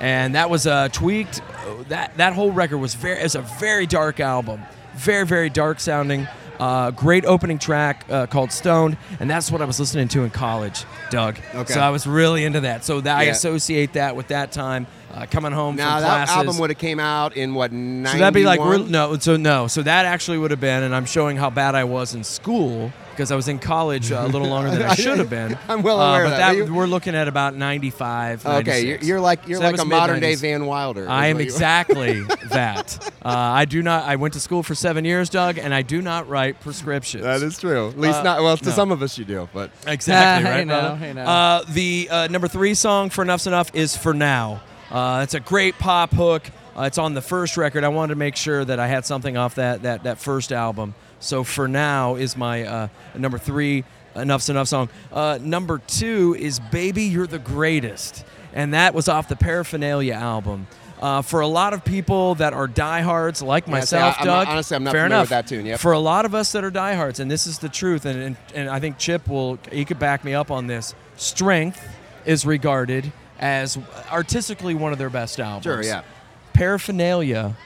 [SPEAKER 1] and that was uh, Tweaked. uh, That that whole record was very is a very dark album, very very dark sounding. Uh, great opening track uh, called Stoned, and that's what I was listening to in college, Doug.
[SPEAKER 2] Okay.
[SPEAKER 1] So I was really into that. So that, I
[SPEAKER 2] Yeah.
[SPEAKER 1] associate that with that time uh, coming home
[SPEAKER 2] Now
[SPEAKER 1] from
[SPEAKER 2] that
[SPEAKER 1] classes.
[SPEAKER 2] album would have came out in what ninety?
[SPEAKER 1] So that'd be like we're, no. So no. So that actually would have been, and I'm showing how bad I was in school because I was in college uh, a little longer than I should have been.
[SPEAKER 2] I'm well
[SPEAKER 1] Uh,
[SPEAKER 2] aware of
[SPEAKER 1] but
[SPEAKER 2] that. But you-
[SPEAKER 1] we're looking at about 95.
[SPEAKER 2] Okay, you're,
[SPEAKER 1] 96.
[SPEAKER 2] you're like you're
[SPEAKER 1] So that
[SPEAKER 2] like
[SPEAKER 1] was
[SPEAKER 2] a modern day
[SPEAKER 1] mid-nineties.
[SPEAKER 2] Van Wilder. is
[SPEAKER 1] I am
[SPEAKER 2] what you-
[SPEAKER 1] exactly that. Uh, I do not. I went to school for seven years, Doug, and I do not write prescriptions.
[SPEAKER 2] That is true. At least
[SPEAKER 1] Uh,
[SPEAKER 2] not well to
[SPEAKER 1] no.
[SPEAKER 2] some of us you do, but
[SPEAKER 1] Exactly.
[SPEAKER 4] I
[SPEAKER 1] right.
[SPEAKER 4] know,
[SPEAKER 1] brother?
[SPEAKER 4] I know.
[SPEAKER 1] Uh, the uh, number three song for Enough's Enough is "For Now." Uh, it's a great pop hook. Uh, it's on the first record. I wanted to make sure that I had something off that that that first album. So "For Now" is my uh, number three Enough's Enough song. Uh, number two is "Baby, You're the Greatest," and that was off the Paraphernalia album. Uh, for a lot of people that are diehards like
[SPEAKER 2] see,
[SPEAKER 1] myself,
[SPEAKER 2] I- I'm not-
[SPEAKER 1] Doug,
[SPEAKER 2] honestly, I'm not
[SPEAKER 1] fair
[SPEAKER 2] familiar
[SPEAKER 1] enough.
[SPEAKER 2] with that tune, yep.
[SPEAKER 1] For for a lot of us that are diehards, and this is the truth, and, and, and I think Chip will, he could back me up on this. Strength is regarded as artistically one of their best albums.
[SPEAKER 2] sure, yeah.
[SPEAKER 1] Paraphernalia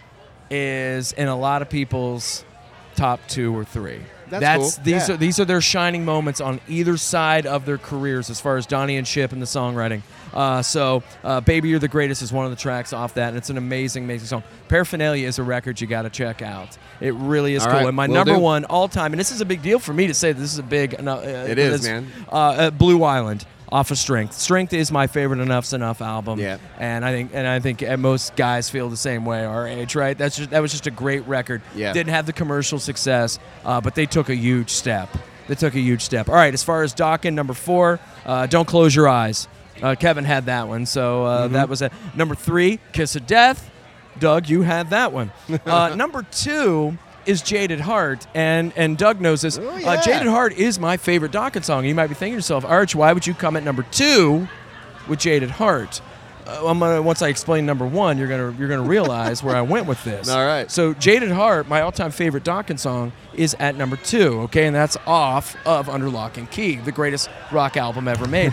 [SPEAKER 1] is in a lot of people's top two or three.
[SPEAKER 2] That's cool.
[SPEAKER 1] these
[SPEAKER 2] Yeah.
[SPEAKER 1] are these are their shining moments on either side of their careers as far as Donnie and Chip and the songwriting. Uh, so, uh, "Baby You're the Greatest" is one of the tracks off that, and it's an amazing, amazing song. Paraphernalia is a record you got to check out. It really is
[SPEAKER 2] All
[SPEAKER 1] cool.
[SPEAKER 2] right,
[SPEAKER 1] and my
[SPEAKER 2] will
[SPEAKER 1] number
[SPEAKER 2] do.
[SPEAKER 1] one all time, and this is a big deal for me to say. This is a big. Uh,
[SPEAKER 2] It is, man.
[SPEAKER 1] Uh, uh, Blue Island off of Strength. Strength is my favorite Enough's Enough album.
[SPEAKER 2] Yeah.
[SPEAKER 1] And I think and I think uh, most guys feel the same way our age, right? That's just, that was just a great record.
[SPEAKER 2] Yeah.
[SPEAKER 1] Didn't have the commercial success, uh, but they took a huge step. They took a huge step. All right, as far as Dawkins, number four, uh, don't close your eyes. Uh, Kevin had that one, so uh,
[SPEAKER 2] Mm-hmm.
[SPEAKER 1] that was it. Number three, Kiss of Death. Doug, you had that one. Uh, number two is Jaded Heart, and and Doug knows this. uh,
[SPEAKER 2] yeah.
[SPEAKER 1] Jaded Heart is my favorite Dokken song. You might be thinking to yourself, Arch, why would you come at number two with Jaded Heart? Uh, I'm gonna, once I explain number one, you're gonna you're gonna realize where I went with this.
[SPEAKER 2] All right.
[SPEAKER 1] So Jaded Heart, my all-time favorite Dokken song, is at number two. Okay, and that's off of Under Lock and Key, the greatest rock album ever made.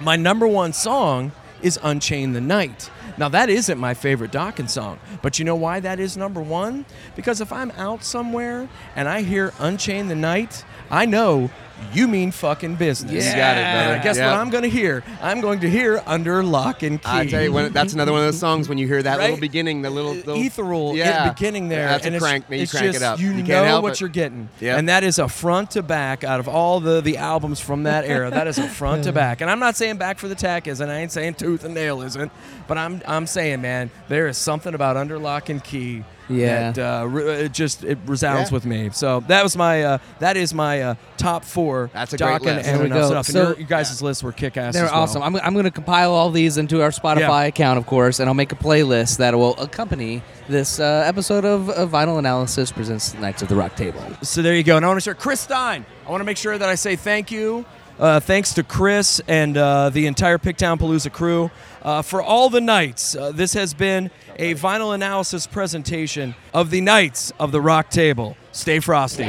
[SPEAKER 1] my number one song is Unchain the Night. Now, that isn't my favorite Dawkins song, but you know why that is number one? Because if I'm out somewhere and I hear Unchain the Night, I know you mean fucking business.
[SPEAKER 4] You got it, brother.
[SPEAKER 1] And guess
[SPEAKER 2] Yeah.
[SPEAKER 1] what I'm going to hear? I'm going to hear Under Lock and Key.
[SPEAKER 2] I tell you, when, that's another one of those songs when you hear that little
[SPEAKER 1] Right? Uh,
[SPEAKER 2] beginning, the little, little
[SPEAKER 1] ethereal in the
[SPEAKER 2] yeah,
[SPEAKER 1] beginning there.
[SPEAKER 2] That's
[SPEAKER 1] and
[SPEAKER 2] a
[SPEAKER 1] it's-
[SPEAKER 2] crank, you
[SPEAKER 1] it's
[SPEAKER 2] crank
[SPEAKER 1] just-
[SPEAKER 2] it up.
[SPEAKER 1] You,
[SPEAKER 2] can't
[SPEAKER 1] know
[SPEAKER 2] help
[SPEAKER 1] what
[SPEAKER 2] it.
[SPEAKER 1] you're getting.
[SPEAKER 2] Yep.
[SPEAKER 1] And that is a front to back out of all the, the albums from that era. that is a front to back. And I'm not saying back for the tack isn't. I ain't saying tooth and nail isn't. But I'm I'm saying, man, there is something about under lock and key
[SPEAKER 4] Yeah.
[SPEAKER 1] that uh, re- it just it resounds
[SPEAKER 2] Yeah.
[SPEAKER 1] with me. So that was my uh, that is my uh, top four.
[SPEAKER 2] That's a
[SPEAKER 1] Doc
[SPEAKER 2] great
[SPEAKER 1] and-
[SPEAKER 2] list.
[SPEAKER 1] And,
[SPEAKER 4] There we
[SPEAKER 1] Enough
[SPEAKER 4] go.
[SPEAKER 1] Stuff. And
[SPEAKER 4] So-
[SPEAKER 1] your, you guys' lists were kick ass.
[SPEAKER 4] They're awesome. I'm, I'm going to compile all these into our Spotify
[SPEAKER 1] Yeah.
[SPEAKER 4] account, of course, and I'll make a playlist that will accompany this uh, episode of, of Vinyl Analysis presents Knights of the Rock Table.
[SPEAKER 1] So there you go. And I want to share Chris Stein. I want to make sure that I say thank you. Uh, thanks to Chris and uh, the entire Picktown Palooza crew uh, for all the nights. Uh, this has been a vinyl analysis presentation of the Knights of the Rock Table. Stay frosty.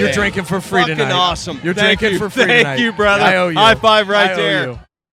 [SPEAKER 1] You're drinking for free
[SPEAKER 3] Fucking
[SPEAKER 1] tonight.
[SPEAKER 3] awesome.
[SPEAKER 1] You're
[SPEAKER 3] Thank
[SPEAKER 1] drinking
[SPEAKER 3] you.
[SPEAKER 1] for free
[SPEAKER 3] Thank
[SPEAKER 1] tonight.
[SPEAKER 3] you, brother.
[SPEAKER 1] I owe you.
[SPEAKER 3] High five right
[SPEAKER 1] I owe
[SPEAKER 3] there.
[SPEAKER 1] you.